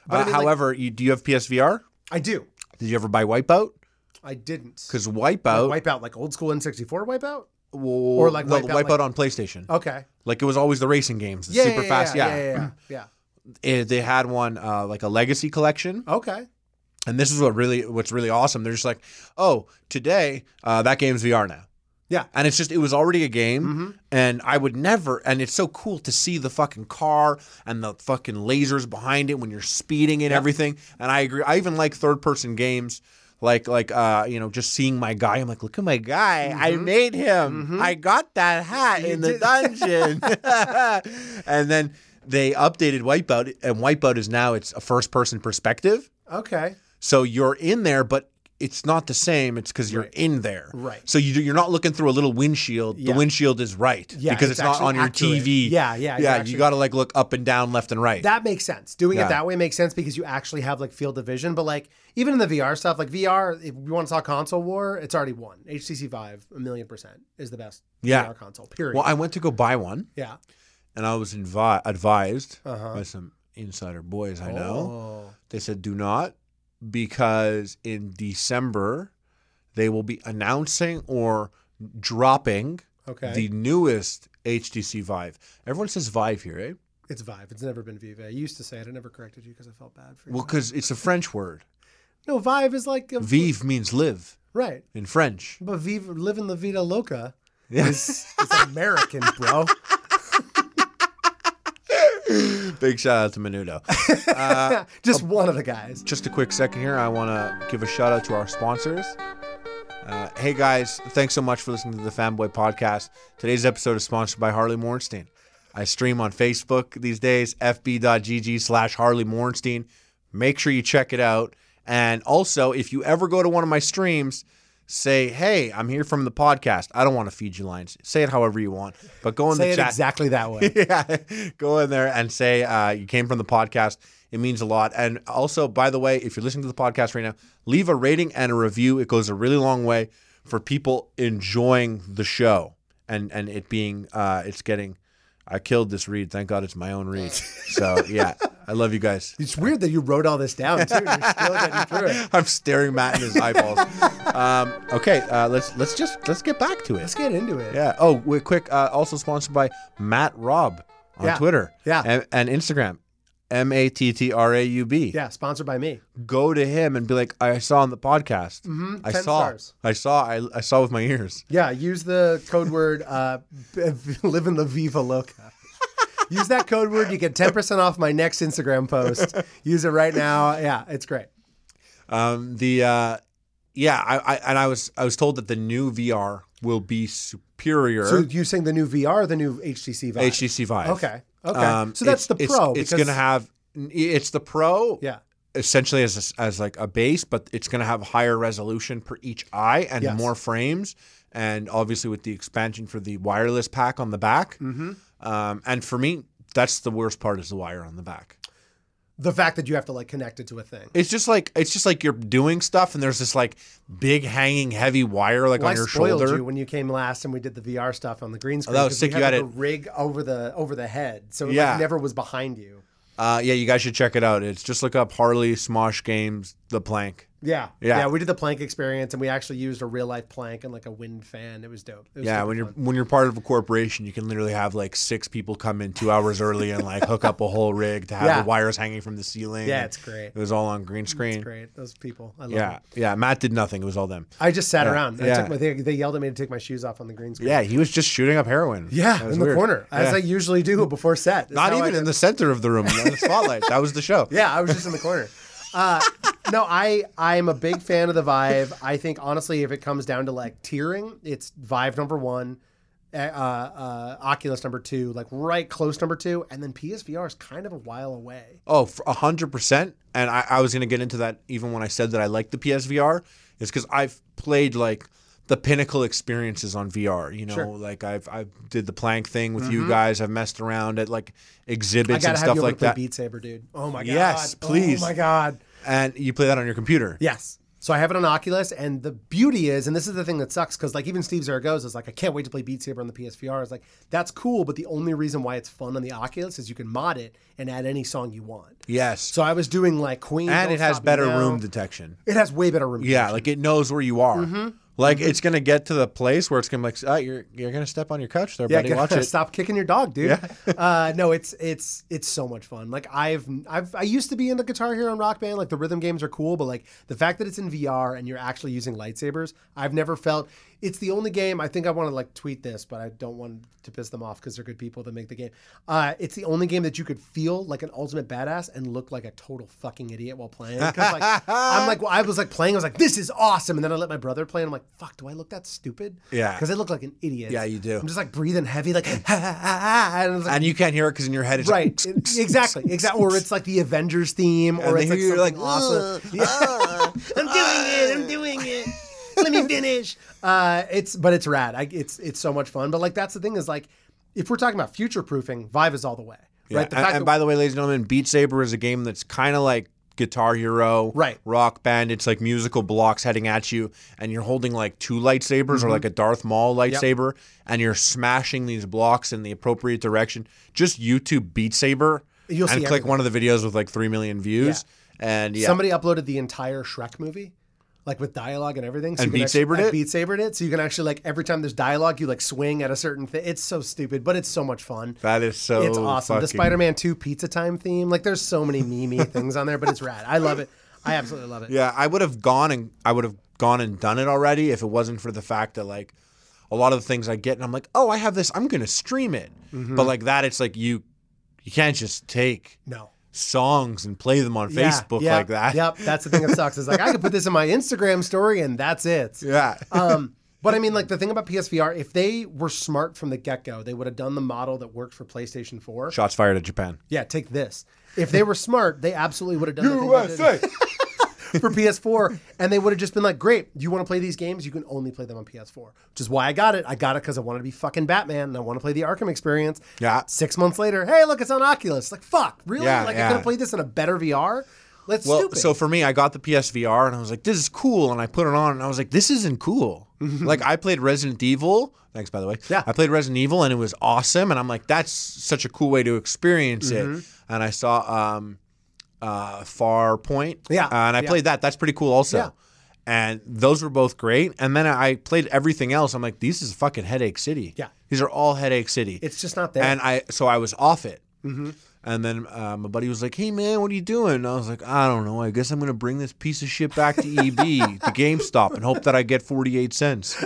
Speaker 2: But
Speaker 1: Uh,
Speaker 2: I mean, like-
Speaker 1: however, you, do you have PSVR?
Speaker 2: I do.
Speaker 1: Did you ever buy Wipeout?
Speaker 2: I didn't.
Speaker 1: Because Wipeout,
Speaker 2: Wipe out like old school N64 wipeout?
Speaker 1: or
Speaker 2: like
Speaker 1: Wipeout,
Speaker 2: Wipeout, like-
Speaker 1: on PlayStation.
Speaker 2: Okay.
Speaker 1: Like it was always the racing games, the
Speaker 2: Yeah,
Speaker 1: super
Speaker 2: yeah,
Speaker 1: fast. Yeah,
Speaker 2: yeah, yeah, yeah, yeah.
Speaker 1: It- they had one uh, like a legacy collection,
Speaker 2: yeah. Okay.
Speaker 1: and this is what really what's really awesome. They're just like, oh, today uh, that game's VR now.
Speaker 2: Yeah. Mm-hmm.
Speaker 1: and it's just it was already a game, and I would never. And it's so cool to see the fucking car and the fucking lasers behind it when you're speeding and everything. And I agree. I even like third person games. Like, like, uh, you know, just seeing my guy, I'm like, look at my guy. I made him. I got that hat in the dungeon. and then they updated Wipeout, and Wipeout is now it's a first person perspective.
Speaker 2: Okay.
Speaker 1: So you're in there, but it's not the same. It's because you're in there.
Speaker 2: Right.
Speaker 1: So you, you're not looking through a little windshield.
Speaker 2: Yeah.
Speaker 1: The windshield is right
Speaker 2: Yeah,
Speaker 1: because
Speaker 2: it's
Speaker 1: it's, not
Speaker 2: actually
Speaker 1: on your
Speaker 2: accurate.
Speaker 1: TV.
Speaker 2: Yeah, yeah, you're
Speaker 1: Yeah, you
Speaker 2: actually-
Speaker 1: got to like look up and down, left and right.
Speaker 2: That makes sense. Doing
Speaker 1: Yeah.
Speaker 2: it that way makes sense because you actually have like field of vision. But like even in the VR stuff, like VR, if you want to talk console war, it's already won. HTC Vive, a million percent, is the best
Speaker 1: Yeah.
Speaker 2: VR console. Period.
Speaker 1: well, I went to go buy one
Speaker 2: yeah.
Speaker 1: and I was invi- advised
Speaker 2: Uh-huh.
Speaker 1: by some insider boys I know.
Speaker 2: Oh.
Speaker 1: They said, do not because in December they will be announcing or dropping
Speaker 2: Oh, Okay.
Speaker 1: the newest HTC Vive. Everyone says Vive here, eh?
Speaker 2: It's Vive. It's never been Vive. I used to say it. I never corrected you because I felt bad for you.
Speaker 1: Well, because it's a French word.
Speaker 2: no, Vive is like a,
Speaker 1: Vive means live
Speaker 2: right.
Speaker 1: in French.
Speaker 2: But Vive, living la vida loca is, is American, bro.
Speaker 1: Big shout out to Menudo. Uh,
Speaker 2: Just one of the guys.
Speaker 1: Just a quick second here. I want to give a shout out to our sponsors. Uh, hey guys, thanks so much for listening to the Fanboy Podcast. Today's episode is sponsored by Harley Mornstein. I stream on Facebook these days, fb.gg slash Harley Mornstein. Make sure you check it out. And also, if you ever go to one of my streams, say, "Hey, I'm here from the podcast. I don't want to feed you lines. Say it however you want, but go in
Speaker 2: Say
Speaker 1: the
Speaker 2: it
Speaker 1: chat.
Speaker 2: exactly that way.
Speaker 1: yeah, go in there and say uh, you came from the podcast. It means a lot. And also, by the way, if you're listening to the podcast right now, leave a rating and a review. It goes a really long way for people enjoying the show and and it being uh, it's getting. I killed this read. Thank God it's my own read. So yeah, I love you guys.
Speaker 2: It's weird that you wrote all this down too. You're still getting through it.
Speaker 1: I'm staring Matt in his eyeballs. Um, okay, uh, let's let's just let's get back to it.
Speaker 2: Let's get into it.
Speaker 1: Yeah. Oh, we're quick. Uh, also sponsored by Matt Robb on
Speaker 2: Yeah.
Speaker 1: Twitter.
Speaker 2: Yeah.
Speaker 1: And, and Instagram. M A T T R A U B.
Speaker 2: Yeah, sponsored by me.
Speaker 1: Go to him and be like, I saw on the podcast. Mm-hmm. I
Speaker 2: 10
Speaker 1: saw.
Speaker 2: stars.
Speaker 1: I saw. I, I saw with my ears.
Speaker 2: Yeah, use the code word uh, live in la viva loca. Use that code word. You get 10% off my next Instagram post. Use it right now. Yeah, it's great.
Speaker 1: Um, the uh, yeah. I, I and I was I was told that the new VR will be superior.
Speaker 2: So you saying the new VR, the new HTC Vive?
Speaker 1: HTC Vive.
Speaker 2: Okay. Okay.
Speaker 1: Um,
Speaker 2: so that's
Speaker 1: it's-
Speaker 2: the
Speaker 1: it's-
Speaker 2: pro.
Speaker 1: It's,
Speaker 2: because-
Speaker 1: gonna have. It's the pro.
Speaker 2: Yeah.
Speaker 1: essentially as a, as like a base, but it's going to have higher resolution per each eye and
Speaker 2: Yes.
Speaker 1: more frames, and obviously with the expansion for the wireless pack on the back. Mm-hmm. Um, and for me, that's the worst part is the wire on the back.
Speaker 2: The fact that you have to like connect it to a thing.
Speaker 1: It's just like it's just like you're doing stuff, and there's this like big hanging heavy wire like
Speaker 2: Well, I
Speaker 1: on your
Speaker 2: spoiled
Speaker 1: shoulder. Oh,
Speaker 2: you when you came last and we did the VR stuff on the green screen.
Speaker 1: that was
Speaker 2: 'cause
Speaker 1: sick.
Speaker 2: We
Speaker 1: You
Speaker 2: had,
Speaker 1: had
Speaker 2: like, a rig over the over the head, so it
Speaker 1: Yeah.
Speaker 2: like, never was behind you.
Speaker 1: Uh, yeah, you guys should check it out. It's just look up Harley Smosh Games the plank.
Speaker 2: Yeah.
Speaker 1: Yeah.
Speaker 2: We did the plank experience and we actually used a real life plank and like a wind fan. It was dope. It was
Speaker 1: Yeah,
Speaker 2: super
Speaker 1: when you're
Speaker 2: fun.
Speaker 1: when you're part of a corporation, you can literally have like six people come in two hours early and like hook up a whole rig to have
Speaker 2: Yeah.
Speaker 1: the wires hanging from the ceiling.
Speaker 2: Yeah,
Speaker 1: And
Speaker 2: it's great.
Speaker 1: It was all on green screen.
Speaker 2: great. Those people. I love
Speaker 1: Yeah,
Speaker 2: it.
Speaker 1: yeah. Matt did nothing. It was all them.
Speaker 2: I just sat around. I
Speaker 1: Yeah.
Speaker 2: took my, they, they yelled at me to take my shoes off on the green screen.
Speaker 1: Yeah, he was just shooting up heroin. That
Speaker 2: Yeah,
Speaker 1: was
Speaker 2: in the
Speaker 1: weird.
Speaker 2: corner, as
Speaker 1: Yeah.
Speaker 2: I usually do before set. It's
Speaker 1: Not
Speaker 2: how I
Speaker 1: even
Speaker 2: do
Speaker 1: in the center of the room, in the spotlight. that was the show.
Speaker 2: Yeah, I was just in the corner. Uh, no, I I'm a big fan of the Vive. I think honestly, if it comes down to like tiering, it's Vive number one, uh, uh, Oculus number two, like right close number two, and then PSVR is kind of a while away.
Speaker 1: Oh, for a hundred percent. And I, I was gonna get into that even when I said that I like the PSVR, is because I've played like the pinnacle experiences on VR. You know,
Speaker 2: Sure.
Speaker 1: like I've I did the plank thing with you guys. I've messed around at like exhibits
Speaker 2: I
Speaker 1: and
Speaker 2: gotta have
Speaker 1: stuff
Speaker 2: you
Speaker 1: like
Speaker 2: play
Speaker 1: that.
Speaker 2: Beat Saber, dude. Oh my god.
Speaker 1: Yes, please.
Speaker 2: Oh my god.
Speaker 1: and you play that on your computer.
Speaker 2: Yes. So I have it on Oculus, and the beauty is, and this is the thing that sucks, because like even Steve Zaragoza is like, I can't wait to play Beat Saber on the PSVR. It's like that's cool, but the only reason why it's fun on the Oculus is you can mod it and add any song you want.
Speaker 1: Yes.
Speaker 2: So I was doing like Queen,
Speaker 1: and
Speaker 2: Don't
Speaker 1: it has
Speaker 2: Stop Me
Speaker 1: better
Speaker 2: Now.
Speaker 1: room detection.
Speaker 2: It has way better room.
Speaker 1: Yeah, like it knows where you are.
Speaker 2: Mm-hmm.
Speaker 1: Like it's gonna get to the place where it's gonna be like, ah, you're you're gonna step on your couch there, buddy.
Speaker 2: get-
Speaker 1: Watch it.
Speaker 2: Stop kicking your dog, dude. uh, no, it's it's it's so much fun. Like I've I've I used to be into Guitar Hero and Rock Band. Like the rhythm games are cool, but like the fact that it's in VR and you're actually using lightsabers, I've never felt. It's the only game I think I want to like tweet this, but I don't want to piss them off because they're good people that make the game. Uh, it's the only game that you could feel like an ultimate badass and look like a total fucking idiot while playing. 'Cause, like, I'm like I was like playing, I was like this is awesome, and then I let my brother play, and I'm like fuck, do I look that stupid?
Speaker 1: Yeah.
Speaker 2: because I look like an idiot.
Speaker 1: Yeah, you do.
Speaker 2: I'm just like breathing heavy, like, and it's like
Speaker 1: And you can't hear it because in your head it's like,
Speaker 2: right, It- exactly, exactly. Or it's like the Avengers theme, or
Speaker 1: and
Speaker 2: it's
Speaker 1: then
Speaker 2: like
Speaker 1: you're
Speaker 2: something
Speaker 1: like,
Speaker 2: awesome.
Speaker 1: "Ugh,
Speaker 2: Yeah.
Speaker 1: ah."
Speaker 2: I'm doing it. I'm doing it. Let me finish. Uh, it's but it's rad. I, it's it's so much fun. But like that's the thing is like, if we're talking about future proofing, Vive is all the way.
Speaker 1: Yeah,
Speaker 2: Right. The
Speaker 1: and,
Speaker 2: fact
Speaker 1: and
Speaker 2: that,
Speaker 1: by the way, ladies and gentlemen, Beat Saber is a game that's kind of like Guitar Hero,
Speaker 2: Right.
Speaker 1: Rock Band. It's like musical blocks heading at you, and you're holding like two lightsabers
Speaker 2: Mm-hmm.
Speaker 1: or like a Darth Maul lightsaber, and you're smashing these blocks in the appropriate direction. Just YouTube Beat Saber,
Speaker 2: You'll
Speaker 1: and
Speaker 2: see
Speaker 1: click one of the videos with like three million views, and yeah,
Speaker 2: somebody uploaded the entire Shrek movie. Like with dialogue and everything, so
Speaker 1: And
Speaker 2: you can
Speaker 1: Beat
Speaker 2: actually-
Speaker 1: Sabered
Speaker 2: I
Speaker 1: it?
Speaker 2: Beat Sabered it, so you can actually like every time there's dialogue, you like swing at a certain thing. It's so stupid, but it's so much fun.
Speaker 1: that is so
Speaker 2: it's awesome. The
Speaker 1: fucking-
Speaker 2: Spider-Man 2 pizza time theme. Like there's so many memey things on there, but it's rad. I love it. I absolutely love it.
Speaker 1: Yeah, I would have gone and I would have gone and done it already if it wasn't for the fact that like a lot of the things I get and I'm like, oh, I have this, I'm gonna stream it.
Speaker 2: Mm-hmm.
Speaker 1: But like that, it's like you you can't just take
Speaker 2: No.
Speaker 1: songs and play them on
Speaker 2: Yeah,
Speaker 1: Facebook
Speaker 2: yep,
Speaker 1: like that.
Speaker 2: Yep. That's the thing that sucks. Is like I could put this in my Instagram story and that's it.
Speaker 1: Yeah.
Speaker 2: Um but I mean like the thing about PSVR, if they were smart from the get-go, they would have done the model that worked for PlayStation 4.
Speaker 1: Shots fired at Japan.
Speaker 2: Yeah, take this. If they were smart, they absolutely would have done the thing that they did. for PS4, and they would have just been like, "Great, you want to play these games? You can only play them on PS4." Which is why I got it. I got it because I wanted to be fucking Batman and I want to play the Arkham experience.
Speaker 1: Yeah.
Speaker 2: Six months later, hey, look, it's on Oculus. Like, fuck, really?
Speaker 1: Yeah,
Speaker 2: like
Speaker 1: yeah.
Speaker 2: I could have played this in a better VR. That's
Speaker 1: Well,
Speaker 2: stupid.
Speaker 1: so for me, I got the PSVR and I was like, this is cool. And I put it on and I was like, this isn't cool. like, I played Resident Evil. Thanks, by the way.
Speaker 2: Yeah.
Speaker 1: I played Resident Evil and it was awesome. And I'm like, that's such a cool way to experience it.
Speaker 2: Mm-hmm.
Speaker 1: And I saw um, uh, Far Point.
Speaker 2: Yeah,
Speaker 1: uh, and I
Speaker 2: yeah.
Speaker 1: played that. That's pretty cool also.
Speaker 2: Yeah.
Speaker 1: And those were both great. And then I played everything else. I'm like, these is fucking Headache City.
Speaker 2: Yeah.
Speaker 1: These are all Headache City.
Speaker 2: it's just not there.
Speaker 1: And I so I was off it.
Speaker 2: Mm-hmm.
Speaker 1: And then uh, my buddy was like, "Hey man, what are you doing?" And I was like, "I don't know. I guess I'm gonna bring this piece of shit back to EB, the GameStop, and hope that I get 48 cents."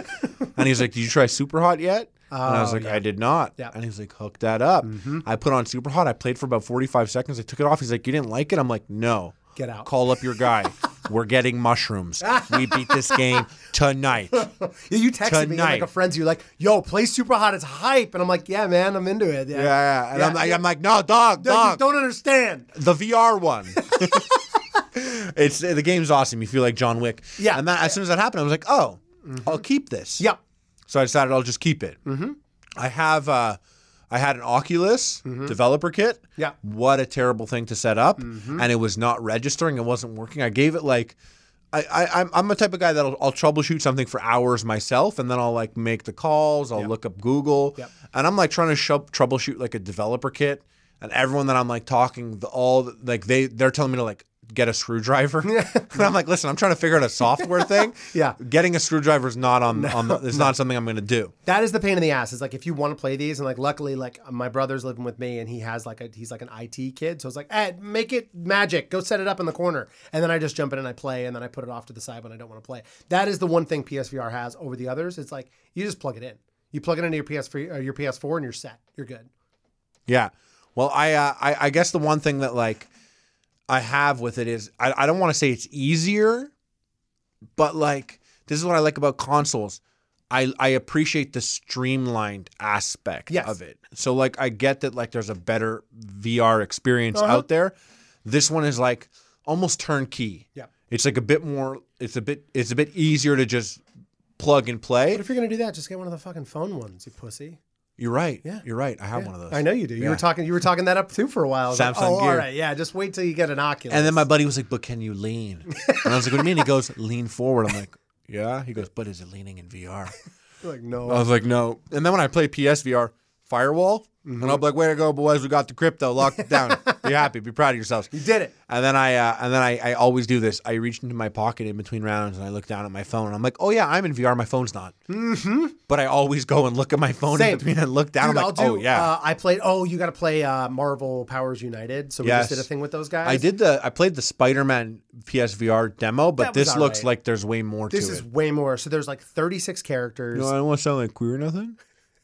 Speaker 1: And he's like, "Did you try Super Hot yet?" and I was
Speaker 2: Oh,
Speaker 1: like, "I did not."
Speaker 2: Yeah. Mm-hmm.
Speaker 1: And he was like, "Hook that up." I put on Super Hot. I played for about 45 seconds. I took it off. He's like, "You didn't like it?" I'm like, "No."
Speaker 2: Get out.
Speaker 1: Call up your guy. We're getting mushrooms. We beat this game tonight.
Speaker 2: Yeah, you texted me and, like
Speaker 1: Tonight.
Speaker 2: a friend's you like, yo, play super hot, it's hype. And I'm like, yeah, man, I'm into it. Yeah.
Speaker 1: Yeah, and I'm
Speaker 2: Yeah.
Speaker 1: like, I'm like, no, dog,
Speaker 2: No, you
Speaker 1: dog.
Speaker 2: don't understand.
Speaker 1: the VR one. it's the game's awesome. You feel like John Wick.
Speaker 2: Yeah. Mm-hmm.
Speaker 1: And that, as soon as that happened, I was like, oh, I'll keep this.
Speaker 2: Yep.
Speaker 1: So I decided I'll just keep it. Mm-hmm. I have. Uh, I had an Oculus developer kit.
Speaker 2: Mm-hmm. Yeah. Mm-hmm.
Speaker 1: What a terrible thing to set up, and it was not registering. It wasn't working. I gave it like. I, I, I'm, I'm a type of guy that'll I'll troubleshoot something for hours myself, and then I'll like make the calls. I'll look up Google,
Speaker 2: Yep.
Speaker 1: and I'm like trying to shove, troubleshoot like a developer kit, and everyone that I'm like talking, the, all like they they're telling me to like get a screwdriver, and I'm like, listen, I'm trying to figure out a software thing.
Speaker 2: Yeah.
Speaker 1: getting a screwdriver is not on on the, it's not something I'm going to do.
Speaker 2: That is the pain in the ass. Is like if you want to play these, and like luckily, like uh, my brother's living with me, and he has like a he's like an IT kid, so it's like, eh, make it magic. Go set it up in the corner, and then I just jump in and I play, and then I put it off to the side when I don't want to play. That is the one thing PSVR has over the others. It's like you just plug it in. You plug it into your PS4, or your PS4, and you're set. You're good.
Speaker 1: Yeah. Well, I, uh, I I guess the one thing that like I have with it is I, I don't want to say it's easier, but like this is what I like about consoles. I I appreciate the streamlined aspect
Speaker 2: Yes.
Speaker 1: of it. So like I get that like there's a better VR experience
Speaker 2: Uh-huh.
Speaker 1: out there. This one is like almost turnkey.
Speaker 2: Yeah.
Speaker 1: It's like a bit more it's a bit it's a bit easier to just plug and play.
Speaker 2: But if you're gonna do that, just get one of the fucking phone ones, you pussy.
Speaker 1: You're right. Yeah. You're right. I have one of those.
Speaker 2: I know you do. You
Speaker 1: Yeah.
Speaker 2: were talking. You were talking that up too for a while. I was like,
Speaker 1: Samsung
Speaker 2: oh, all
Speaker 1: Gear.
Speaker 2: right, yeah. Just wait till you get an Oculus.
Speaker 1: And then my buddy was like, "But can you lean?" And I was like, "What do you mean?" He goes, "Lean forward." I'm like, "Yeah." He goes, "But is it leaning in VR?"
Speaker 2: like, no.
Speaker 1: I was like, "No." And then when I play PSVR, firewall, and I'm like, "Way to go, boys! We got the crypto. Lock it down. be happy. Be proud of yourselves."
Speaker 2: you did it.
Speaker 1: And then I uh, and then I, I always do this. I reach into my pocket in between rounds and I look down at my phone. And I'm like, "Oh yeah, I'm in VR. My phone's not." Mm-hmm. But I always go and look at my phone
Speaker 2: Same.
Speaker 1: in between and look down.
Speaker 2: Dude,
Speaker 1: I'm
Speaker 2: I'll
Speaker 1: like,
Speaker 2: do.
Speaker 1: "Oh yeah."
Speaker 2: Uh, I played. Oh, you got to play uh, Marvel Powers United. So we
Speaker 1: Yes.
Speaker 2: just did a thing with those guys.
Speaker 1: I did the I played the Spider-Man PSVR demo, but
Speaker 2: That was
Speaker 1: this
Speaker 2: all
Speaker 1: looks
Speaker 2: right.
Speaker 1: like there's way more
Speaker 2: This
Speaker 1: to
Speaker 2: is
Speaker 1: it.
Speaker 2: way more. So there's like 36 characters.
Speaker 1: No, I don't want to sound like queer or nothing,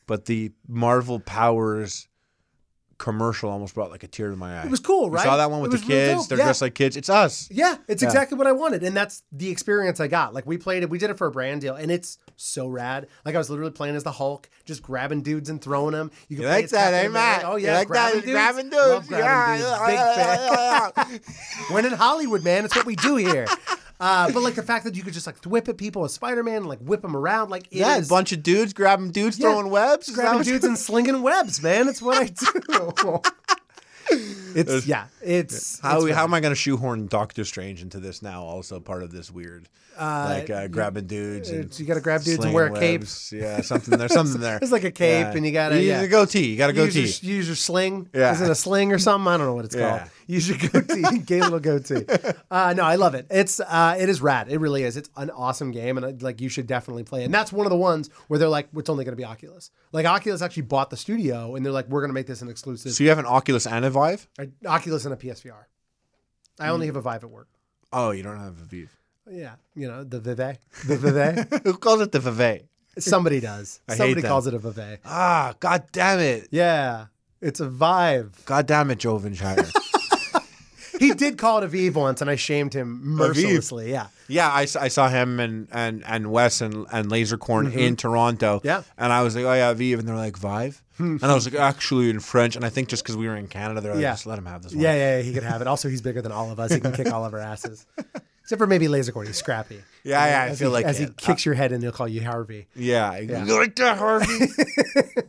Speaker 1: but the Marvel Powers commercial almost brought like a tear to my eye.
Speaker 2: it was cool,
Speaker 1: You
Speaker 2: right?
Speaker 1: saw that one with
Speaker 2: It
Speaker 1: the
Speaker 2: was real
Speaker 1: kids.
Speaker 2: dope.
Speaker 1: They're
Speaker 2: yeah.
Speaker 1: dressed like kids. It's us.
Speaker 2: Yeah, it's exactly what I wanted, and that's the experience I got. Like we played it, we did it for a brand deal, and it's so rad. Like I was literally playing as the Hulk, just grabbing dudes and throwing them.
Speaker 1: You
Speaker 2: could play
Speaker 1: like
Speaker 2: as
Speaker 1: that,
Speaker 2: Captain
Speaker 1: eh, Matt?
Speaker 2: America. Oh
Speaker 1: You
Speaker 2: yeah,
Speaker 1: like
Speaker 2: grabbing
Speaker 1: that?
Speaker 2: dudes.
Speaker 1: Grabbing dudes.
Speaker 2: Love grabbing
Speaker 1: yeah,
Speaker 2: dudes.
Speaker 1: yeah,
Speaker 2: Big fan.
Speaker 1: yeah, yeah, yeah.
Speaker 2: We're in Hollywood, man. It's what we do here. Uh, but like the fact that you could just like whip at people with Spider Man, like whip them around, like it
Speaker 1: yeah, a
Speaker 2: is-
Speaker 1: bunch of dudes grabbing dudes,
Speaker 2: Yeah.
Speaker 1: throwing webs. Is that
Speaker 2: grabbing
Speaker 1: what-
Speaker 2: dudes and slinging webs, man. It's what I do. it's yeah, it's
Speaker 1: How,
Speaker 2: it's
Speaker 1: how am I going to shoehorn Doctor Strange into this now? Also part of this weird, like uh, grabbing dudes.
Speaker 2: rad.
Speaker 1: And
Speaker 2: you got to grab dudes and wear a
Speaker 1: slinging
Speaker 2: cape.
Speaker 1: webs. Yeah, something there, something there.
Speaker 2: It's like a cape,
Speaker 1: Yeah.
Speaker 2: and you gotta
Speaker 1: You
Speaker 2: yeah.
Speaker 1: need a goatee. You got a
Speaker 2: You use
Speaker 1: goatee.
Speaker 2: your- you Use your sling.
Speaker 1: Yeah.
Speaker 2: Is it a sling or something? I don't know what it's
Speaker 1: Yeah.
Speaker 2: called. Use your goatee, gay little goatee. Uh, no, I love it. It's uh, it is rad. It really is. It's an awesome game, and uh, like you should definitely play. it. And that's one of the ones where they're like, it's only going to be Oculus. Like Oculus actually bought the studio, and they're like, we're going to make this an exclusive
Speaker 1: So you have an Oculus and a Vive?
Speaker 2: uh, Oculus and a PSVR. I only
Speaker 1: Mm.
Speaker 2: have a Vive at work.
Speaker 1: Oh, you don't have a Vive.
Speaker 2: Yeah, you know the Vive, the Vive.
Speaker 1: Who calls it the Vive?
Speaker 2: Somebody does.
Speaker 1: I hate
Speaker 2: Somebody
Speaker 1: that.
Speaker 2: calls it a Vive.
Speaker 1: Ah, god damn it.
Speaker 2: Yeah, it's a Vive.
Speaker 1: God damn it, Jovenshire.
Speaker 2: he did call it Aviv once, and I shamed him mercilessly. Yeah,
Speaker 1: yeah, I, s- I saw him and, and, and Wes and, and Lasercorn in Toronto.
Speaker 2: Yeah.
Speaker 1: And I was like, oh, Mm-hmm. yeah, Hmm. Vive. And they're like, Vive? and I was like, actually, in French. And I think just because we were in Canada, they're like,
Speaker 2: Yeah.
Speaker 1: just let him have this one.
Speaker 2: yeah, yeah, yeah. He could have it. Also, he's bigger than all of us. He can kick all of our asses. Except for maybe Lasercord, he's scrappy.
Speaker 1: Yeah, yeah, I
Speaker 2: As
Speaker 1: feel
Speaker 2: he,
Speaker 1: like
Speaker 2: as he
Speaker 1: it. Uh,
Speaker 2: kicks your head and he'll call you Harvey.
Speaker 1: Yeah, you like that, Harvey.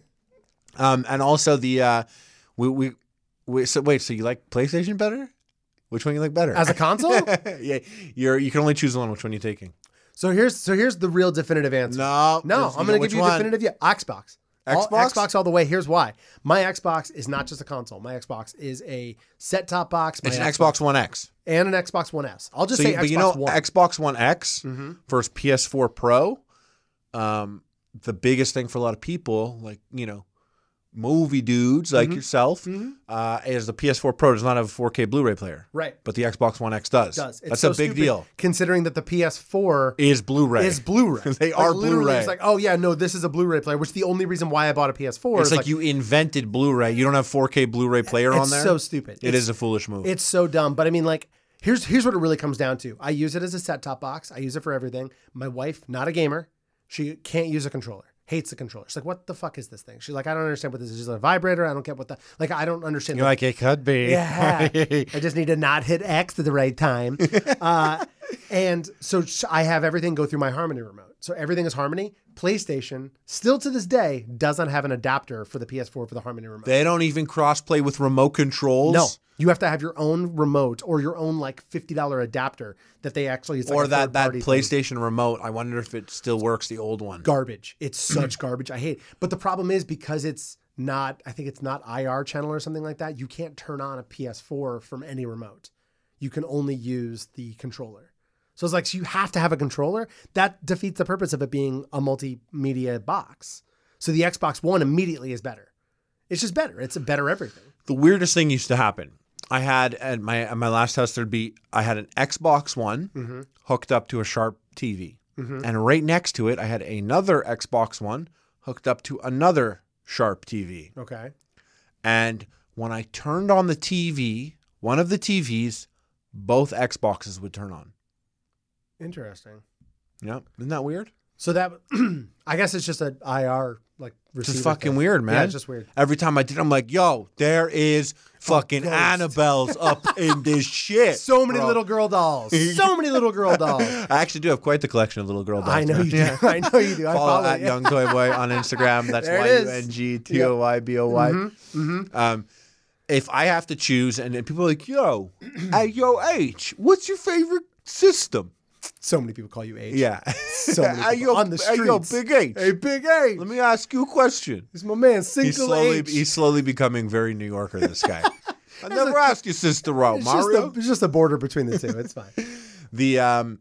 Speaker 1: um, and also the uh, we we, we so wait. So you like PlayStation better? Which one you like better?
Speaker 2: As a console?
Speaker 1: yeah, you're you can only choose one. Which one you taking?
Speaker 2: so here's so here's the real definitive answer.
Speaker 1: No,
Speaker 2: No, I'm going to give you a definitive. Yeah, Xbox. All-
Speaker 1: Xbox?
Speaker 2: Xbox all the way. Here's why. My Xbox is not just a console. My Xbox is a set-top box. My
Speaker 1: It's an Xbox One X.
Speaker 2: and an Xbox One S. I'll just
Speaker 1: So,
Speaker 2: say
Speaker 1: you,
Speaker 2: Xbox
Speaker 1: but you know,
Speaker 2: One. Mm.
Speaker 1: Xbox One X versus PS4 Pro. Um, the biggest thing for a lot of people, like you know, movie dudes
Speaker 2: Mm-hmm.
Speaker 1: like yourself, uh, is the PS4 Pro does not have a 4K Blu-ray player.
Speaker 2: right.
Speaker 1: but the Xbox One X does.
Speaker 2: Does. It's
Speaker 1: That's
Speaker 2: so
Speaker 1: a big
Speaker 2: stupid
Speaker 1: deal.
Speaker 2: Considering that the PS4
Speaker 1: Is Blu-ray.
Speaker 2: is Blu-ray.
Speaker 1: They are
Speaker 2: literally
Speaker 1: Blu-ray.
Speaker 2: It's like, oh yeah, no, this is a Blu-ray player. Which the only reason why I bought a PS4
Speaker 1: it's
Speaker 2: is
Speaker 1: like, you invented Blu-ray. You don't have 4K Blu-ray player
Speaker 2: it's
Speaker 1: on there.
Speaker 2: so stupid.
Speaker 1: It
Speaker 2: it's,
Speaker 1: is a foolish move.
Speaker 2: It's so dumb. But I mean, like, here's here's what it really comes down to. I use it as a set-top box. I use it for everything. My wife, not a gamer, she can't use a controller. Hates the controller. She's like, what the fuck is this thing? She's like, I don't understand what this is. It's just a vibrator. I don't get what the like. I don't understand.
Speaker 1: You're
Speaker 2: the-
Speaker 1: like it could be.
Speaker 2: Yeah. I just need to not hit X at the right time. Uh, and so sh- I have everything go through my Harmony remote. So everything is Harmony. PlayStation, still to this day, doesn't have an adapter for the PS4 for the Harmony remote.
Speaker 1: they don't even cross-play with remote controls.
Speaker 2: no. You have to have your own remote or your own like $50 adapter that they actually it's like
Speaker 1: Or
Speaker 2: a
Speaker 1: that that
Speaker 2: third-party thing.
Speaker 1: PlayStation remote. I wonder if it still works. The old one.
Speaker 2: garbage. It's
Speaker 1: Mm-hmm.
Speaker 2: such garbage. I hate. it. But the problem is because it's not. I think it's not IR channel or something like that. You can't turn on a PS4 from any remote. You can only use the controller. So it's like so you have to have a controller. That defeats the purpose of it being a multimedia box. So the Xbox One immediately is better. It's just better. It's a better everything.
Speaker 1: the weirdest thing used to happen. I had at my at my last house there'd be I had an Xbox One hooked up to a Sharp TV, and right next to it I had another Xbox One hooked up to another Sharp TV.
Speaker 2: Okay.
Speaker 1: And when I turned on the TV, one of the TVs, both Xboxes would turn on.
Speaker 2: Interesting.
Speaker 1: Yeah, isn't that weird?
Speaker 2: So that I guess it's just an IR like
Speaker 1: It's
Speaker 2: receiver.
Speaker 1: just fucking
Speaker 2: thing.
Speaker 1: weird, man.
Speaker 2: Yeah, it's just weird.
Speaker 1: Every time I did, I'm like, "Yo, there is fucking
Speaker 2: ghost.
Speaker 1: Annabelle's up in this shit."
Speaker 2: So many
Speaker 1: Eh, bro.
Speaker 2: little girl dolls. So many little girl dolls.
Speaker 1: I actually do have quite the collection of little girl dolls.
Speaker 2: I know
Speaker 1: man.
Speaker 2: you do. I know you do. I
Speaker 1: Follow
Speaker 2: follow
Speaker 1: at
Speaker 2: you.
Speaker 1: Young Toy Boy on Instagram. That's
Speaker 2: There
Speaker 1: Y
Speaker 2: it Mm-hmm.
Speaker 1: U N G T
Speaker 2: Yep.
Speaker 1: O Y B O Y. Um, If I have to choose, and, and people are like, yo, at your age, what's your favorite system?
Speaker 2: So many people call you H.
Speaker 1: Yeah.
Speaker 2: So many
Speaker 1: At
Speaker 2: people
Speaker 1: your-
Speaker 2: on the
Speaker 1: at your big
Speaker 2: streets.
Speaker 1: age.
Speaker 2: Hey, Big H.
Speaker 1: Let me ask you a question.
Speaker 2: It's my man,
Speaker 1: He's
Speaker 2: single
Speaker 1: slowly,
Speaker 2: H.
Speaker 1: he's slowly becoming very New Yorker, this guy. I never asked your sister out,
Speaker 2: it's,
Speaker 1: Mario.
Speaker 2: Just a, it's just a border between the two. It's fine.
Speaker 1: the um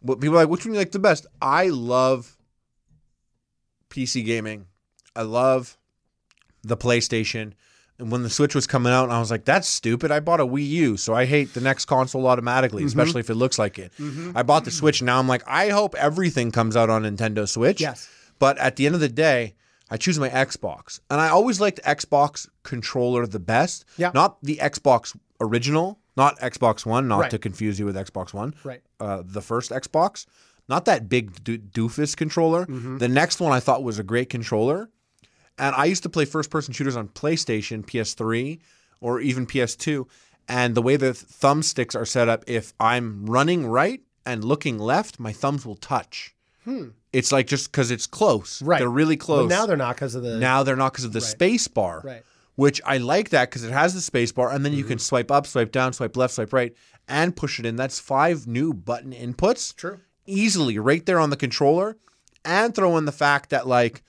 Speaker 1: what people are like which one you like the best i love pc gaming i love the playstation and when the switch was coming out i was like that's stupid i bought a wii u so i hate the next console automatically especially if it looks like it i bought the switch now i'm like i hope everything comes out on nintendo switch
Speaker 2: Yes.
Speaker 1: but at the end of the day I choose my Xbox, and I always liked Xbox controller the best.
Speaker 2: Yeah.
Speaker 1: Not the Xbox original, not Xbox One, not
Speaker 2: Right.
Speaker 1: to confuse you with Xbox One.
Speaker 2: Right.
Speaker 1: Uh, the first Xbox, not that big do- doofus controller.
Speaker 2: Mm-hmm.
Speaker 1: The next one I thought was a great controller, and I used to play first-person shooters on PlayStation, PS3, or even PS2. And the way the th- thumbsticks are set up, if I'm running right and looking left, my thumbs will touch. It's like just because it's close.
Speaker 2: Hmm. Right.
Speaker 1: They're really
Speaker 2: But
Speaker 1: close.
Speaker 2: now they're not because of the.
Speaker 1: Now they're not because of the space bar,
Speaker 2: Right.
Speaker 1: which I like that because it has the space bar, and then you can swipe up, swipe down, swipe left, swipe right, and push it in. That's five new button inputs.
Speaker 2: True.
Speaker 1: Easily right there on the controller, and throw in the fact that like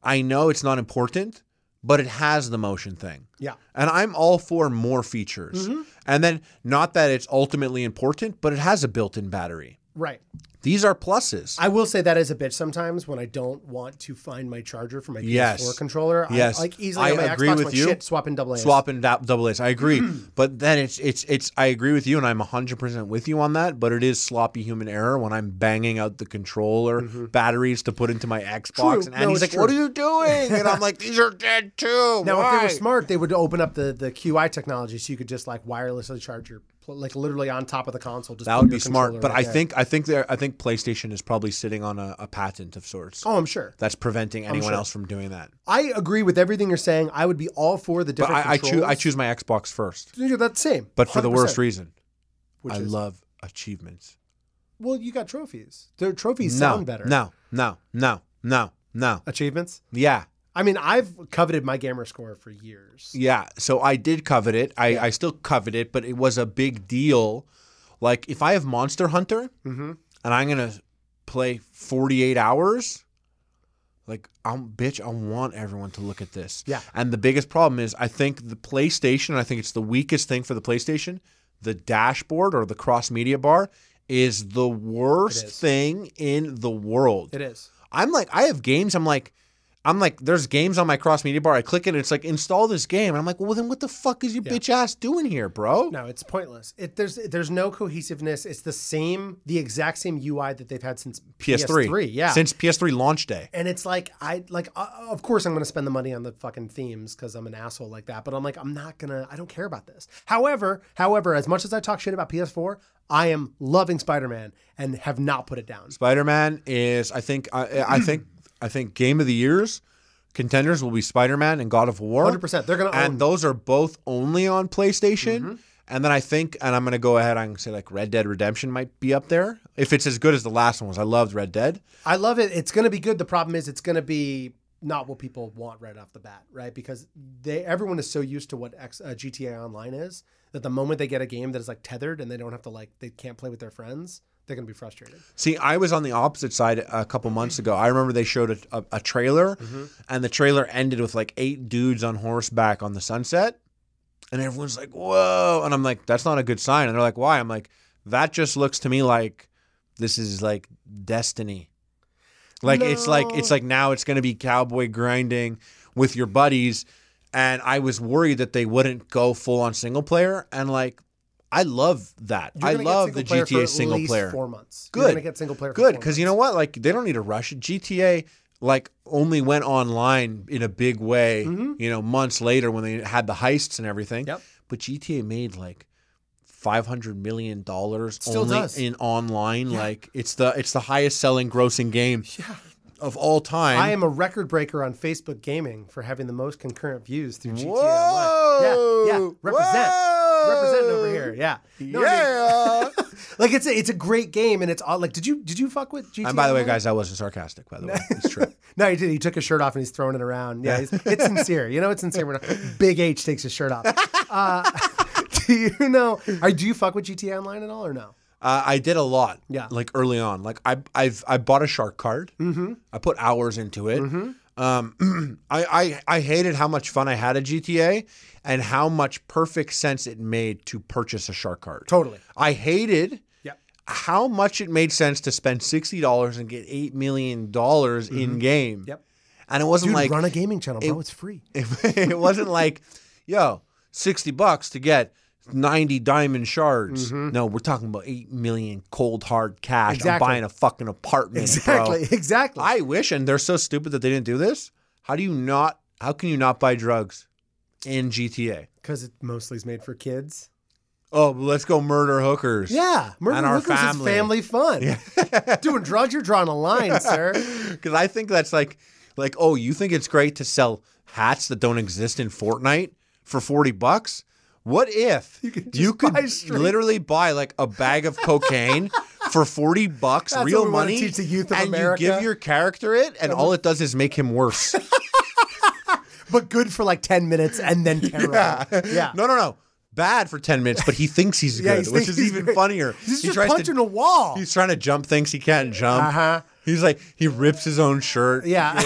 Speaker 1: I know it's not important, but it has the motion thing.
Speaker 2: Yeah.
Speaker 1: And I'm all for more features. And then not that it's ultimately important, but it has a built-in battery.
Speaker 2: Right.
Speaker 1: These are pluses.
Speaker 2: I will say that is a bitch sometimes when I don't want to find my charger for my PS4
Speaker 1: Yes.
Speaker 2: controller.
Speaker 1: Yes.
Speaker 2: I, like easily
Speaker 1: I
Speaker 2: on my
Speaker 1: agree
Speaker 2: Xbox,
Speaker 1: with
Speaker 2: like,
Speaker 1: you.
Speaker 2: Shit, swapping double A.
Speaker 1: swapping da- double A's. I agree, but then it's it's it's. I agree with you, and I'm 100 percent with you on that. But it is sloppy human error when I'm banging out the controller batteries to put into my Xbox,
Speaker 2: Mm-hmm. True.
Speaker 1: and
Speaker 2: No,
Speaker 1: Andy's
Speaker 2: it's
Speaker 1: like,
Speaker 2: true.
Speaker 1: "What are you doing?" And I'm like, "These are dead too."
Speaker 2: Now,
Speaker 1: Why?
Speaker 2: if they were smart, they would open up the, the QI technology so you could just like wirelessly charge your, pl- like literally on top of the console. Just
Speaker 1: that
Speaker 2: put
Speaker 1: would be
Speaker 2: your
Speaker 1: smart,
Speaker 2: controller
Speaker 1: but
Speaker 2: right
Speaker 1: I
Speaker 2: there.
Speaker 1: think I think there I think PlayStation is probably sitting on a, a patent of sorts
Speaker 2: Oh, I'm sure.
Speaker 1: that's preventing anyone
Speaker 2: sure.
Speaker 1: else from doing that.
Speaker 2: I agree with everything you're saying. I would be all for the
Speaker 1: But
Speaker 2: different
Speaker 1: I, I choose I
Speaker 2: controls.
Speaker 1: choose my Xbox first,
Speaker 2: Dude, that's the same.
Speaker 1: but for the worst
Speaker 2: 100%.
Speaker 1: reason,
Speaker 2: Which
Speaker 1: I
Speaker 2: is-
Speaker 1: love achievements.
Speaker 2: Well, you got trophies. Their trophies
Speaker 1: no,
Speaker 2: sound better.
Speaker 1: No, no, no, no, no.
Speaker 2: Achievements?
Speaker 1: Yeah,
Speaker 2: I mean, I've coveted my gamer score for years.
Speaker 1: yeah. So I did covet it. I, I still covet it, but it was a big deal. Like if I have Monster Hunter
Speaker 2: Mm-hmm.
Speaker 1: and I'm gonna play 48 hours, like I'm bitch, I want everyone to look at this.
Speaker 2: Yeah.
Speaker 1: And the biggest problem is I think the PlayStation. I think it's the weakest thing for the PlayStation. The dashboard or the cross media bar is the worst
Speaker 2: is.
Speaker 1: thing in the world.
Speaker 2: It is.
Speaker 1: I'm like, I have games. I'm like, I'm like, there's games on my cross media bar. I click it, and it's like, install this game. And I'm like, well, then what the fuck is your bitch ass doing here, bro?
Speaker 2: No, it's pointless. It, there's there's no cohesiveness. It's the same, the exact same UI that they've had since
Speaker 1: PS3.
Speaker 2: yeah.
Speaker 1: Since PS3 launch day.
Speaker 2: and it's like I like uh, of course I'm going to spend the money on the fucking themes cuz I'm an asshole like that, but I'm like I'm not going to I don't care about this. However, however, as much as I talk shit about PS4, I am loving Spider-Man and have not put it down.
Speaker 1: Spider Man is, I think, I, I think, I think, game of the years contenders will be Spider Man and God of War.
Speaker 2: 100%. They're going to
Speaker 1: and
Speaker 2: own
Speaker 1: those are both only on PlayStation.
Speaker 2: Mm-hmm.
Speaker 1: And then I think, and I'm gonna go ahead and say like Red Dead Redemption might be up there if it's as good as the last one was. I loved Red Dead.
Speaker 2: I love it. It's going to be good. The problem is it's going to be not what people want right off the bat, right? Because they everyone is so used to what X, uh, GTA Online is that the moment they get a game that is like tethered and they don't have to like they can't play with their friends, they're going to be frustrated.
Speaker 1: See, I was on the opposite side a couple months ago. I remember they showed a, a, a trailer, and the trailer ended with like eight dudes on horseback on the sunset, and everyone's like, "Whoa!" And I'm like, "That's not a good sign." And they're like, "Why?" I'm like, "That just looks to me like this is like destiny. Like it's like
Speaker 2: No.
Speaker 1: it's like now it's going to be cowboy grinding with your buddies." And I was worried that they wouldn't go full on single player, and like. I love that.
Speaker 2: You're
Speaker 1: I
Speaker 2: gonna get
Speaker 1: love the
Speaker 2: single player for
Speaker 1: GTA
Speaker 2: at
Speaker 1: single
Speaker 2: least
Speaker 1: player.
Speaker 2: Four months. You're
Speaker 1: Good.
Speaker 2: gonna get single player. for
Speaker 1: Good,
Speaker 2: four
Speaker 1: because you
Speaker 2: months.
Speaker 1: know what? Like they don't need to rush it. GTA like only went online in a big way, you know, months later when they had the heists and everything.
Speaker 2: Mm-hmm. Yep.
Speaker 1: But GTA made like five hundred million dollars
Speaker 2: Still
Speaker 1: only
Speaker 2: does.
Speaker 1: in online. Like it's the it's the highest selling grossing game of all time.
Speaker 2: I am a record breaker on Facebook Gaming for having the most concurrent views through GTA
Speaker 1: Whoa!
Speaker 2: Online. Yeah, yeah. Represent,
Speaker 1: Whoa!
Speaker 2: representing over here. Yeah, No, I mean,
Speaker 1: yeah.
Speaker 2: like it's a, it's a great game, and it's all like, did you did you fuck with GTA?
Speaker 1: and by the way,
Speaker 2: Online?
Speaker 1: guys, I wasn't sarcastic. By the way, it's true.
Speaker 2: No, he did. He took his shirt off and he's throwing it around. Yeah, he's, it's sincere. You know, it's sincere. When a- Big H takes his shirt off. Uh, do you know? Are, do you fuck with GTA Online at all or no?
Speaker 1: Uh, I did a lot.
Speaker 2: Yeah.
Speaker 1: Like early on, like I I've I bought a shark card. Mm-hmm. I put hours into it.
Speaker 2: Mm-hmm.
Speaker 1: Um, I, I I hated how much fun I had at GTA and how much perfect sense it made to purchase a shark card.
Speaker 2: Totally.
Speaker 1: I hated.
Speaker 2: Yep.
Speaker 1: How much it made sense to spend sixty dollars and get eight million dollars in game.
Speaker 2: Mm-hmm. Yep.
Speaker 1: And it wasn't
Speaker 2: Dude,
Speaker 1: like
Speaker 2: run a gaming channel, bro. it's free.
Speaker 1: it wasn't like, yo, 60 bucks to get 90 diamond shards. No, we're talking about 8 million cold hard cash.
Speaker 2: Mm-hmm. Exactly.
Speaker 1: I'm buying a fucking apartment.
Speaker 2: Exactly.
Speaker 1: Bro.
Speaker 2: Exactly.
Speaker 1: I wish, and they're so stupid that they didn't do this. How do you not, how can you not buy drugs in GTA?
Speaker 2: Because it mostly is made for kids.
Speaker 1: Oh, but let's go murder hookers.
Speaker 2: Yeah, murder
Speaker 1: our
Speaker 2: hookers
Speaker 1: family.
Speaker 2: is family fun. Doing drugs, you're drawing a line, sir.
Speaker 1: Because I think that's like, like, oh, you think it's great to sell hats that don't exist in Fortnite for forty bucks? What if you could,
Speaker 2: buy straight-
Speaker 1: literally buy like a bag of cocaine for forty bucks,
Speaker 2: That's
Speaker 1: real
Speaker 2: what we wanna
Speaker 1: money,
Speaker 2: teach the youth of
Speaker 1: and
Speaker 2: America.
Speaker 1: you give your character it, and all it does is make him worse.
Speaker 2: But good for like ten minutes and then terrible. Yeah,
Speaker 1: No, no, no. Bad for ten minutes, but he thinks he's
Speaker 2: Yeah,
Speaker 1: good,
Speaker 2: he
Speaker 1: which
Speaker 2: thinks
Speaker 1: is
Speaker 2: he's
Speaker 1: even
Speaker 2: great.
Speaker 1: funnier.
Speaker 2: He's
Speaker 1: He
Speaker 2: just
Speaker 1: tries to-
Speaker 2: punching a wall.
Speaker 1: He's trying to jump, thinks he can't jump.
Speaker 2: Uh-huh.
Speaker 1: He's like he rips his own shirt.
Speaker 2: yeah,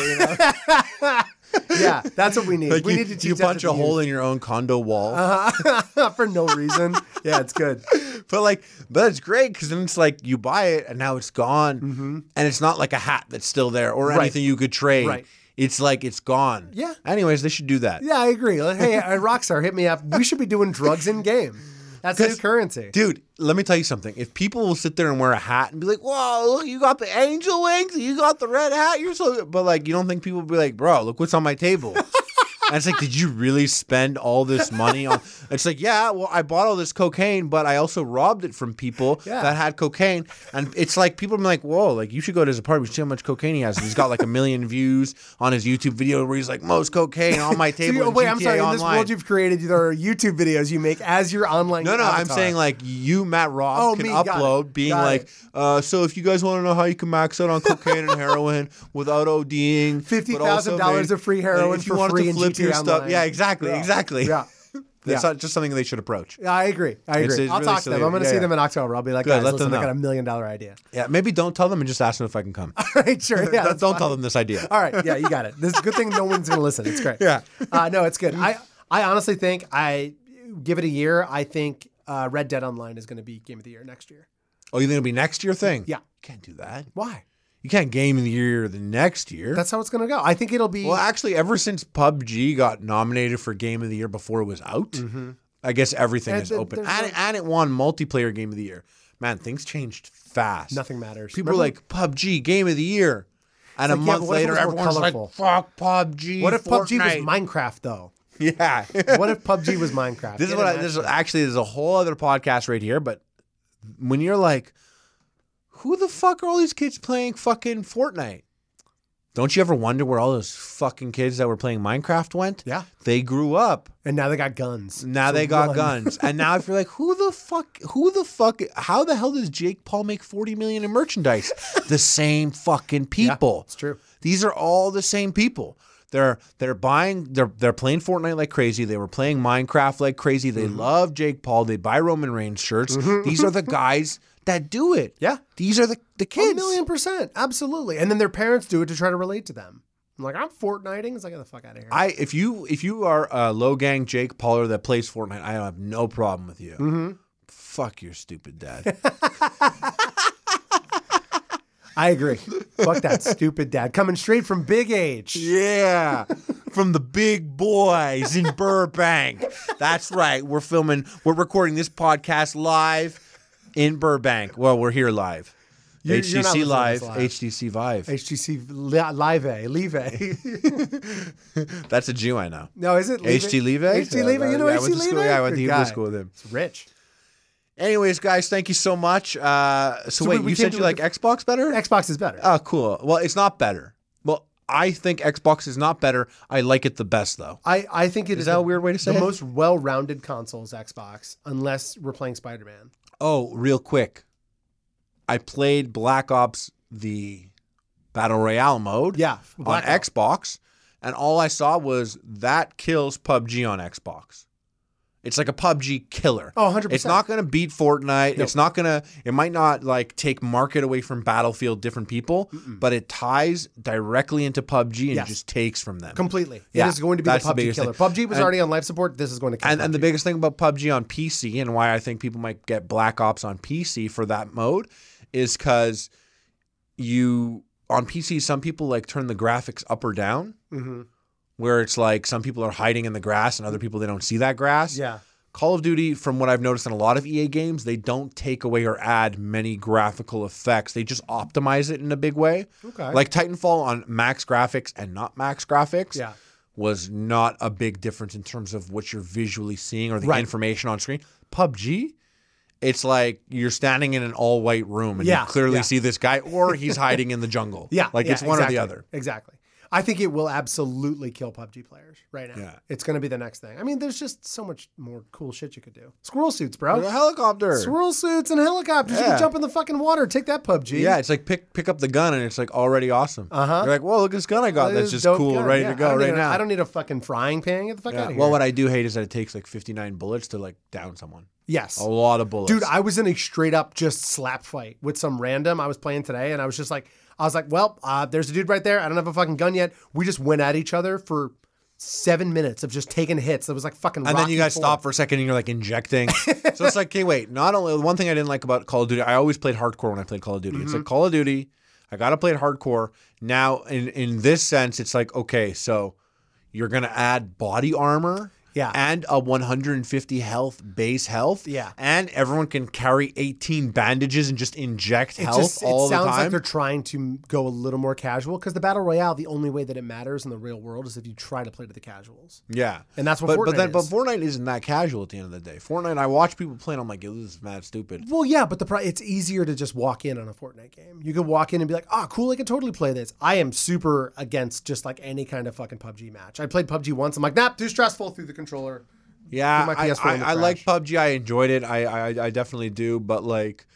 Speaker 2: yeah. That's what we need.
Speaker 1: Like
Speaker 2: we
Speaker 1: you,
Speaker 2: need to teach
Speaker 1: you
Speaker 2: that to
Speaker 1: punch
Speaker 2: the
Speaker 1: a
Speaker 2: youth. Uh-huh.
Speaker 1: hole in your own condo wall.
Speaker 2: for no reason. Yeah, it's good.
Speaker 1: But like, but it's great because then it's like you buy it and now it's gone, and it's not like a hat that's still there or
Speaker 2: Mm-hmm. Right.
Speaker 1: anything you could trade.
Speaker 2: Right.
Speaker 1: It's like it's gone.
Speaker 2: Yeah.
Speaker 1: Anyways, they should do that,
Speaker 2: Yeah, I agree. Like, hey, uh, Rockstar, hit me up. We should be doing drugs in game. That's new currency.
Speaker 1: dude. Let me tell you something. If people will sit there and wear a hat and be like, "Whoa, look, you got the angel wings, you got the red hat, you're so," good," but like, you don't think people will be like, "Bro, look what's on my table." And it's like, did you really spend all this money on? It's like, yeah, well, I bought all this cocaine, but I also robbed it from people
Speaker 2: Yeah.
Speaker 1: that had cocaine. And it's like, people are like, whoa, like, you should go to his apartment, see how much cocaine he has. And he's got like a million views on his YouTube video where he's like, most cocaine on my
Speaker 2: So
Speaker 1: table.
Speaker 2: you-
Speaker 1: in
Speaker 2: wait, I'm
Speaker 1: GTA
Speaker 2: sorry. In
Speaker 1: Online.
Speaker 2: this world you've created, there are YouTube videos you make as your online.
Speaker 1: No, no, I'm
Speaker 2: avatar.
Speaker 1: saying like you, Matt Rob,
Speaker 2: Oh,
Speaker 1: can
Speaker 2: me, got it,
Speaker 1: upload being
Speaker 2: got
Speaker 1: like,
Speaker 2: it.
Speaker 1: uh, so if you guys want to know how you can max out on cocaine and heroin without ODing, but also
Speaker 2: $50,000
Speaker 1: make-
Speaker 2: of free heroin
Speaker 1: and if you
Speaker 2: for
Speaker 1: wanted
Speaker 2: free
Speaker 1: to
Speaker 2: in
Speaker 1: flip
Speaker 2: GTA
Speaker 1: your stuff,
Speaker 2: Online.
Speaker 1: yeah, exactly,
Speaker 2: Yeah.
Speaker 1: exactly.
Speaker 2: Yeah.
Speaker 1: That's
Speaker 2: Yeah.
Speaker 1: not just something they should approach.
Speaker 2: Yeah, I agree. I
Speaker 1: It's-
Speaker 2: agree.
Speaker 1: it's
Speaker 2: I'll
Speaker 1: really
Speaker 2: talk to
Speaker 1: silly.
Speaker 2: them. I'm going to
Speaker 1: Yeah,
Speaker 2: see
Speaker 1: yeah.
Speaker 2: them in October. I'll be like,
Speaker 1: Good,
Speaker 2: guys,
Speaker 1: let
Speaker 2: listen,
Speaker 1: them
Speaker 2: I
Speaker 1: know.
Speaker 2: got a million dollar idea.
Speaker 1: Yeah, maybe don't tell them and just ask them if I can come.
Speaker 2: right, sure. Yeah,
Speaker 1: don't
Speaker 2: that's
Speaker 1: don't
Speaker 2: fine.
Speaker 1: tell them this idea.
Speaker 2: All right. Yeah, you got it. This is a good thing no one's going to listen. It's great.
Speaker 1: Yeah.
Speaker 2: Uh, no, it's good. I, I honestly think I give it a year. I think uh, Red Dead Online is going to be game of the year next year.
Speaker 1: Oh, you think it'll be next year thing?
Speaker 2: Yeah.
Speaker 1: can't do that.
Speaker 2: Why?
Speaker 1: You can't game of the year the next year.
Speaker 2: That's how it's going to go. I think it'll be.
Speaker 1: Well, actually, ever since PUBG got nominated for Game of the Year before it was out, I guess everything
Speaker 2: And
Speaker 1: is
Speaker 2: th-
Speaker 1: open.
Speaker 2: Mm-hmm. there's
Speaker 1: And,
Speaker 2: no-
Speaker 1: and it won multiplayer Game of the Year. Man, things changed fast.
Speaker 2: Nothing matters.
Speaker 1: People were
Speaker 2: Remember-
Speaker 1: like, PUBG Game of the Year. And
Speaker 2: like,
Speaker 1: a
Speaker 2: yeah,
Speaker 1: month
Speaker 2: but what if it
Speaker 1: later,
Speaker 2: was more
Speaker 1: everyone's like,
Speaker 2: colorful?
Speaker 1: fuck PUBG.
Speaker 2: what if
Speaker 1: Fortnite."
Speaker 2: PUBG was Minecraft though?
Speaker 1: Yeah.
Speaker 2: What if PUBG was Minecraft?
Speaker 1: this is
Speaker 2: Get
Speaker 1: what I,
Speaker 2: it,
Speaker 1: this is,
Speaker 2: man.
Speaker 1: actually there's a whole other podcast right here but when you're like who the fuck are all these kids playing fucking fortnite don't you ever wonder where all those fucking kids that were playing minecraft went
Speaker 2: Yeah.
Speaker 1: they grew up
Speaker 2: And now they got guns.
Speaker 1: now
Speaker 2: So
Speaker 1: they got
Speaker 2: run.
Speaker 1: guns and now if you're like who the fuck who the fuck how the hell does jake paul make 40 million in merchandise the same fucking people
Speaker 2: It's true.
Speaker 1: these are all the same people. They're they're buying they're they're playing Fortnite like crazy. They were playing Minecraft like crazy. They
Speaker 2: Mm-hmm.
Speaker 1: love Jake Paul. They buy Roman Reigns shirts. These are the guys that do it.
Speaker 2: Yeah.
Speaker 1: These are the the
Speaker 2: A
Speaker 1: kids.
Speaker 2: million percent, absolutely. And then their parents do it to try to relate to them. I'm like, I'm Fortniting. It's like, get the fuck out of here.
Speaker 1: I if you if you are a low gang Jake Pauler that plays Fortnite, I have no problem with you.
Speaker 2: Mm-hmm.
Speaker 1: Fuck your stupid dad.
Speaker 2: I agree. fuck that stupid dad coming straight from Big H.
Speaker 1: yeah. From the big boys in Burbank. That's right. We're filming we're recording this podcast live in Burbank. Well, we're here live.
Speaker 2: You're- you're
Speaker 1: HTC
Speaker 2: not listening to
Speaker 1: Live,
Speaker 2: this live.
Speaker 1: HTC Vive.
Speaker 2: HTC li- Live, Live.
Speaker 1: That's a Jew I know.
Speaker 2: No, is it
Speaker 1: HT Leve?
Speaker 2: HT Leve. You know
Speaker 1: Uh, yeah, I
Speaker 2: HT
Speaker 1: went to
Speaker 2: Leve.
Speaker 1: school- Yeah, I went to
Speaker 2: Good
Speaker 1: Hebrew
Speaker 2: guy.
Speaker 1: school with him.
Speaker 2: It's rich.
Speaker 1: Anyways, guys, thank you so much. Uh, so,
Speaker 2: So
Speaker 1: wait,
Speaker 2: we- we
Speaker 1: you
Speaker 2: came
Speaker 1: said
Speaker 2: to
Speaker 1: you
Speaker 2: a
Speaker 1: like Xbox better?
Speaker 2: Xbox is better.
Speaker 1: Oh, cool. Well, it's not better. Well, I think Xbox is not better. I like it the best though.
Speaker 2: I, I think it is,
Speaker 1: that
Speaker 2: the-
Speaker 1: a weird way to say
Speaker 2: the
Speaker 1: it?
Speaker 2: most well-rounded console is Xbox, unless we're playing Spider-Man.
Speaker 1: Oh, real quick. I played Black Ops the Battle Royale mode
Speaker 2: Yeah,
Speaker 1: on
Speaker 2: Black Ops.
Speaker 1: Xbox, and all I saw was that kills PUBG on Xbox. It's like a PUBG killer.
Speaker 2: Oh, 100%.
Speaker 1: It's not going to beat Fortnite. It's not going to it might not like take market away from Battlefield different people, but it ties directly into PUG and
Speaker 2: Yes.
Speaker 1: just takes from them.
Speaker 2: completely.
Speaker 1: Yeah,
Speaker 2: it is going to be the
Speaker 1: that's the
Speaker 2: PUBG
Speaker 1: biggest
Speaker 2: killer.
Speaker 1: thing.
Speaker 2: PUBG was
Speaker 1: And-
Speaker 2: already on life support. This is going to kill
Speaker 1: And, and the
Speaker 2: PUBG.
Speaker 1: biggest thing about PUBG on PC and why I think people might get Black Ops on PC for that mode is because you on PC some people like turn the graphics up or down,
Speaker 2: Mhm.
Speaker 1: where it's like some people are hiding in the grass and other people they don't see that grass.
Speaker 2: Yeah.
Speaker 1: Call of Duty, from what I've noticed in a lot of EA games, they don't take away or add many graphical effects. They just optimize it in a big way.
Speaker 2: Okay.
Speaker 1: Like Titanfall on max graphics and not max graphics
Speaker 2: Yeah.
Speaker 1: was not a big difference in terms of what you're visually seeing or the
Speaker 2: Right.
Speaker 1: information on screen. PUBG, it's like you're standing in an all white room and
Speaker 2: Yeah,
Speaker 1: you clearly
Speaker 2: yeah.
Speaker 1: see this guy or he's hiding in the jungle.
Speaker 2: Yeah.
Speaker 1: Like
Speaker 2: yeah,
Speaker 1: it's one
Speaker 2: exactly,
Speaker 1: or the other.
Speaker 2: Exactly. I think it will absolutely kill PUBG players right now.
Speaker 1: Yeah.
Speaker 2: It's going to be the next thing. I mean, there's just so much more cool shit you could do. Squirrel suits, bro.
Speaker 1: A helicopter.
Speaker 2: Squirrel suits and helicopters. You
Speaker 1: Yeah.
Speaker 2: can jump in the fucking water. Take that PUBG.
Speaker 1: Yeah, it's like pick pick up the gun and it's like already awesome.
Speaker 2: Uh-huh.
Speaker 1: You're like, whoa, look at this gun I got.
Speaker 2: It
Speaker 1: That's
Speaker 2: is
Speaker 1: just
Speaker 2: dope
Speaker 1: cool,
Speaker 2: gun.
Speaker 1: ready
Speaker 2: Yeah,
Speaker 1: to
Speaker 2: I
Speaker 1: go
Speaker 2: don't
Speaker 1: right
Speaker 2: need a-
Speaker 1: now.
Speaker 2: I don't need a fucking frying pan. Get the fuck
Speaker 1: Yeah.
Speaker 2: out of here.
Speaker 1: Well, what I do hate is that it takes like 59 bullets to like down someone.
Speaker 2: yes.
Speaker 1: A lot of bullets.
Speaker 2: Dude, I was in a straight up just slap fight with some random I was playing today, and I was just like, I was like, well, uh, there's a dude right there. I don't have a fucking gun yet. We just went at each other for seven minutes of just taking hits. It was like fucking.
Speaker 1: and then
Speaker 2: Rocky
Speaker 1: you guys
Speaker 2: IV.
Speaker 1: stop for a second and you're like injecting. so it's like, okay, wait. Not only one thing I didn't like about Call of Duty, I always played hardcore when I played Call of Duty. It's
Speaker 2: Mm-hmm.
Speaker 1: like Call of Duty, I gotta play it hardcore. Now, in in this sense, it's like, okay, so you're gonna add body armor
Speaker 2: Yeah.
Speaker 1: And a 150 health base health.
Speaker 2: Yeah.
Speaker 1: And everyone can carry 18 bandages and just inject
Speaker 2: It
Speaker 1: health
Speaker 2: just-
Speaker 1: all
Speaker 2: it
Speaker 1: the
Speaker 2: sounds
Speaker 1: time.
Speaker 2: like they're trying to go a little more casual because the battle royale, the only way that it matters in the real world is if you try to play to the casuals.
Speaker 1: Yeah,
Speaker 2: And that's what
Speaker 1: but,
Speaker 2: Fortnite
Speaker 1: but then,
Speaker 2: is.
Speaker 1: But Fortnite isn't that casual at the end of the day. Fortnite, I watch people playing. I'm like, yo, this is mad stupid.
Speaker 2: Well, yeah, but the pro- it's easier to just walk in on a Fortnite game. You can walk in and be like, "Ah, cool! I can totally play this." I am super against just like any kind of fucking PUBG match. I played PUBG once. I'm like, "Nah, too stressful through the controller."
Speaker 1: Yeah,
Speaker 2: my
Speaker 1: I,
Speaker 2: PS4
Speaker 1: I,
Speaker 2: in the
Speaker 1: I like PUBG. I enjoyed it. I, I I definitely do. But like,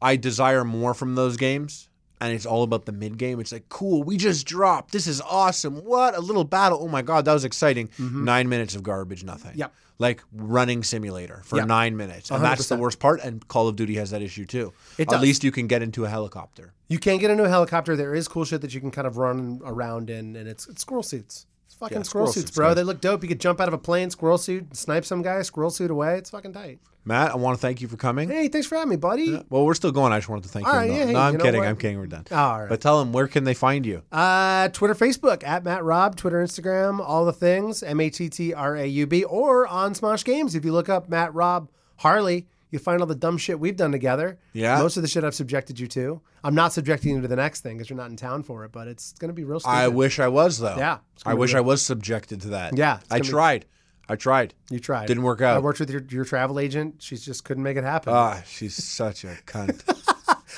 Speaker 1: I desire more from those games. And it's all about the mid game. It's like, cool, we just dropped. This is awesome. What a little battle. Oh my God, that was exciting. Nine minutes of garbage, nothing.
Speaker 2: Mm-hmm. Yep.
Speaker 1: Like running simulator for
Speaker 2: Yep.
Speaker 1: nine minutes. And that's the
Speaker 2: 100%.
Speaker 1: worst part. And Call of Duty has that issue too.
Speaker 2: It
Speaker 1: At
Speaker 2: does.
Speaker 1: least you can get into a helicopter.
Speaker 2: You can get into a helicopter. There is cool shit that you can kind of run around in, and it's, it's squirrel suits. It's fucking
Speaker 1: Yeah,
Speaker 2: squirrel,
Speaker 1: squirrel
Speaker 2: suits,
Speaker 1: suits,
Speaker 2: bro.
Speaker 1: man.
Speaker 2: They look dope. You could jump out of a plane, squirrel suit, snipe some guy, squirrel suit away. It's fucking tight.
Speaker 1: Matt, I want to thank you for coming.
Speaker 2: Hey, thanks for having me, buddy.
Speaker 1: Well, we're still going. I just wanted to thank
Speaker 2: All
Speaker 1: you.
Speaker 2: right,
Speaker 1: no,
Speaker 2: yeah, hey,
Speaker 1: no, I'm
Speaker 2: you know
Speaker 1: kidding.
Speaker 2: what?
Speaker 1: I'm kidding. We're done.
Speaker 2: All right.
Speaker 1: But tell them where can they find you?
Speaker 2: Uh, Twitter, Facebook at Matt Robb, Twitter, Instagram, all the things M A T T R A U B, or on Smosh Games. If you look up Matt Robb Harley, you find all the dumb shit we've done together.
Speaker 1: Yeah.
Speaker 2: most of the shit I've subjected you to. I'm not subjecting you to the next thing because you're not in town for it, but it's gonna be real. Stupid.
Speaker 1: I wish I was though.
Speaker 2: Yeah, it's
Speaker 1: I
Speaker 2: gonna be
Speaker 1: wish
Speaker 2: real.
Speaker 1: I was subjected to that.
Speaker 2: Yeah, it's
Speaker 1: I
Speaker 2: gonna be-
Speaker 1: tried. I tried.
Speaker 2: you tried.
Speaker 1: Didn't work
Speaker 2: I
Speaker 1: out.
Speaker 2: worked with your, your travel agent. She just couldn't make it happen.
Speaker 1: Ah, she's such a cunt.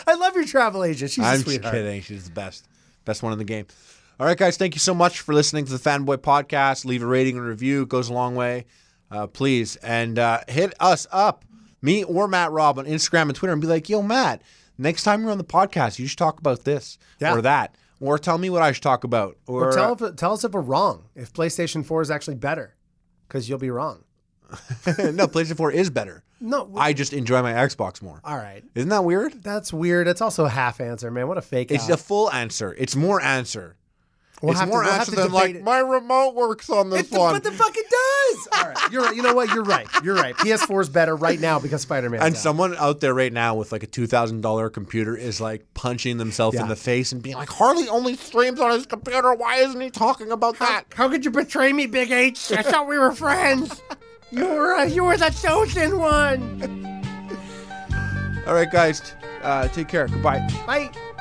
Speaker 2: I love your travel agent. She's
Speaker 1: I'm
Speaker 2: a
Speaker 1: just
Speaker 2: sweetheart.
Speaker 1: kidding. She's the best. Best one in the game. All right, guys. Thank you so much for listening to the Fanboy Podcast. Leave a rating and review. It goes a long way. Uh, please. And uh, hit us up, me or Matt Robb on Instagram and Twitter and be like, yo, Matt, next time you're on the podcast, you should talk about this
Speaker 2: Yeah.
Speaker 1: or that. Or tell me what I should talk about. Or,
Speaker 2: Or
Speaker 1: uh,
Speaker 2: tell, if, tell us if we're wrong. If PlayStation 4 is actually better, because you'll be wrong.
Speaker 1: no, PlayStation 4 is better.
Speaker 2: No.
Speaker 1: I just enjoy my Xbox more.
Speaker 2: all right.
Speaker 1: Isn't that weird?
Speaker 2: That's weird. It's also a half answer, man. What a fake
Speaker 1: It's
Speaker 2: out.
Speaker 1: a full answer. It's more answer.
Speaker 2: We'll
Speaker 1: it's
Speaker 2: have to-
Speaker 1: more
Speaker 2: we'll have
Speaker 1: answer
Speaker 2: to
Speaker 1: than
Speaker 2: debate
Speaker 1: like
Speaker 2: it.
Speaker 1: my remote works on this
Speaker 2: It the,
Speaker 1: one.
Speaker 2: but the fucking does. All right, you're right. You know what? You're right. You're right. PS4 is better right now because Spider Man.
Speaker 1: and someone out there right now with like a two thousand dollar computer is like punching themselves in
Speaker 2: Yeah.
Speaker 1: the face and being like, Harley only streams on his computer. Why isn't he talking about that?
Speaker 2: How could you betray me, Big H? I thought we were friends. You were uh, you were the chosen one.
Speaker 1: All right, guys, uh, take care. Goodbye.
Speaker 2: Bye.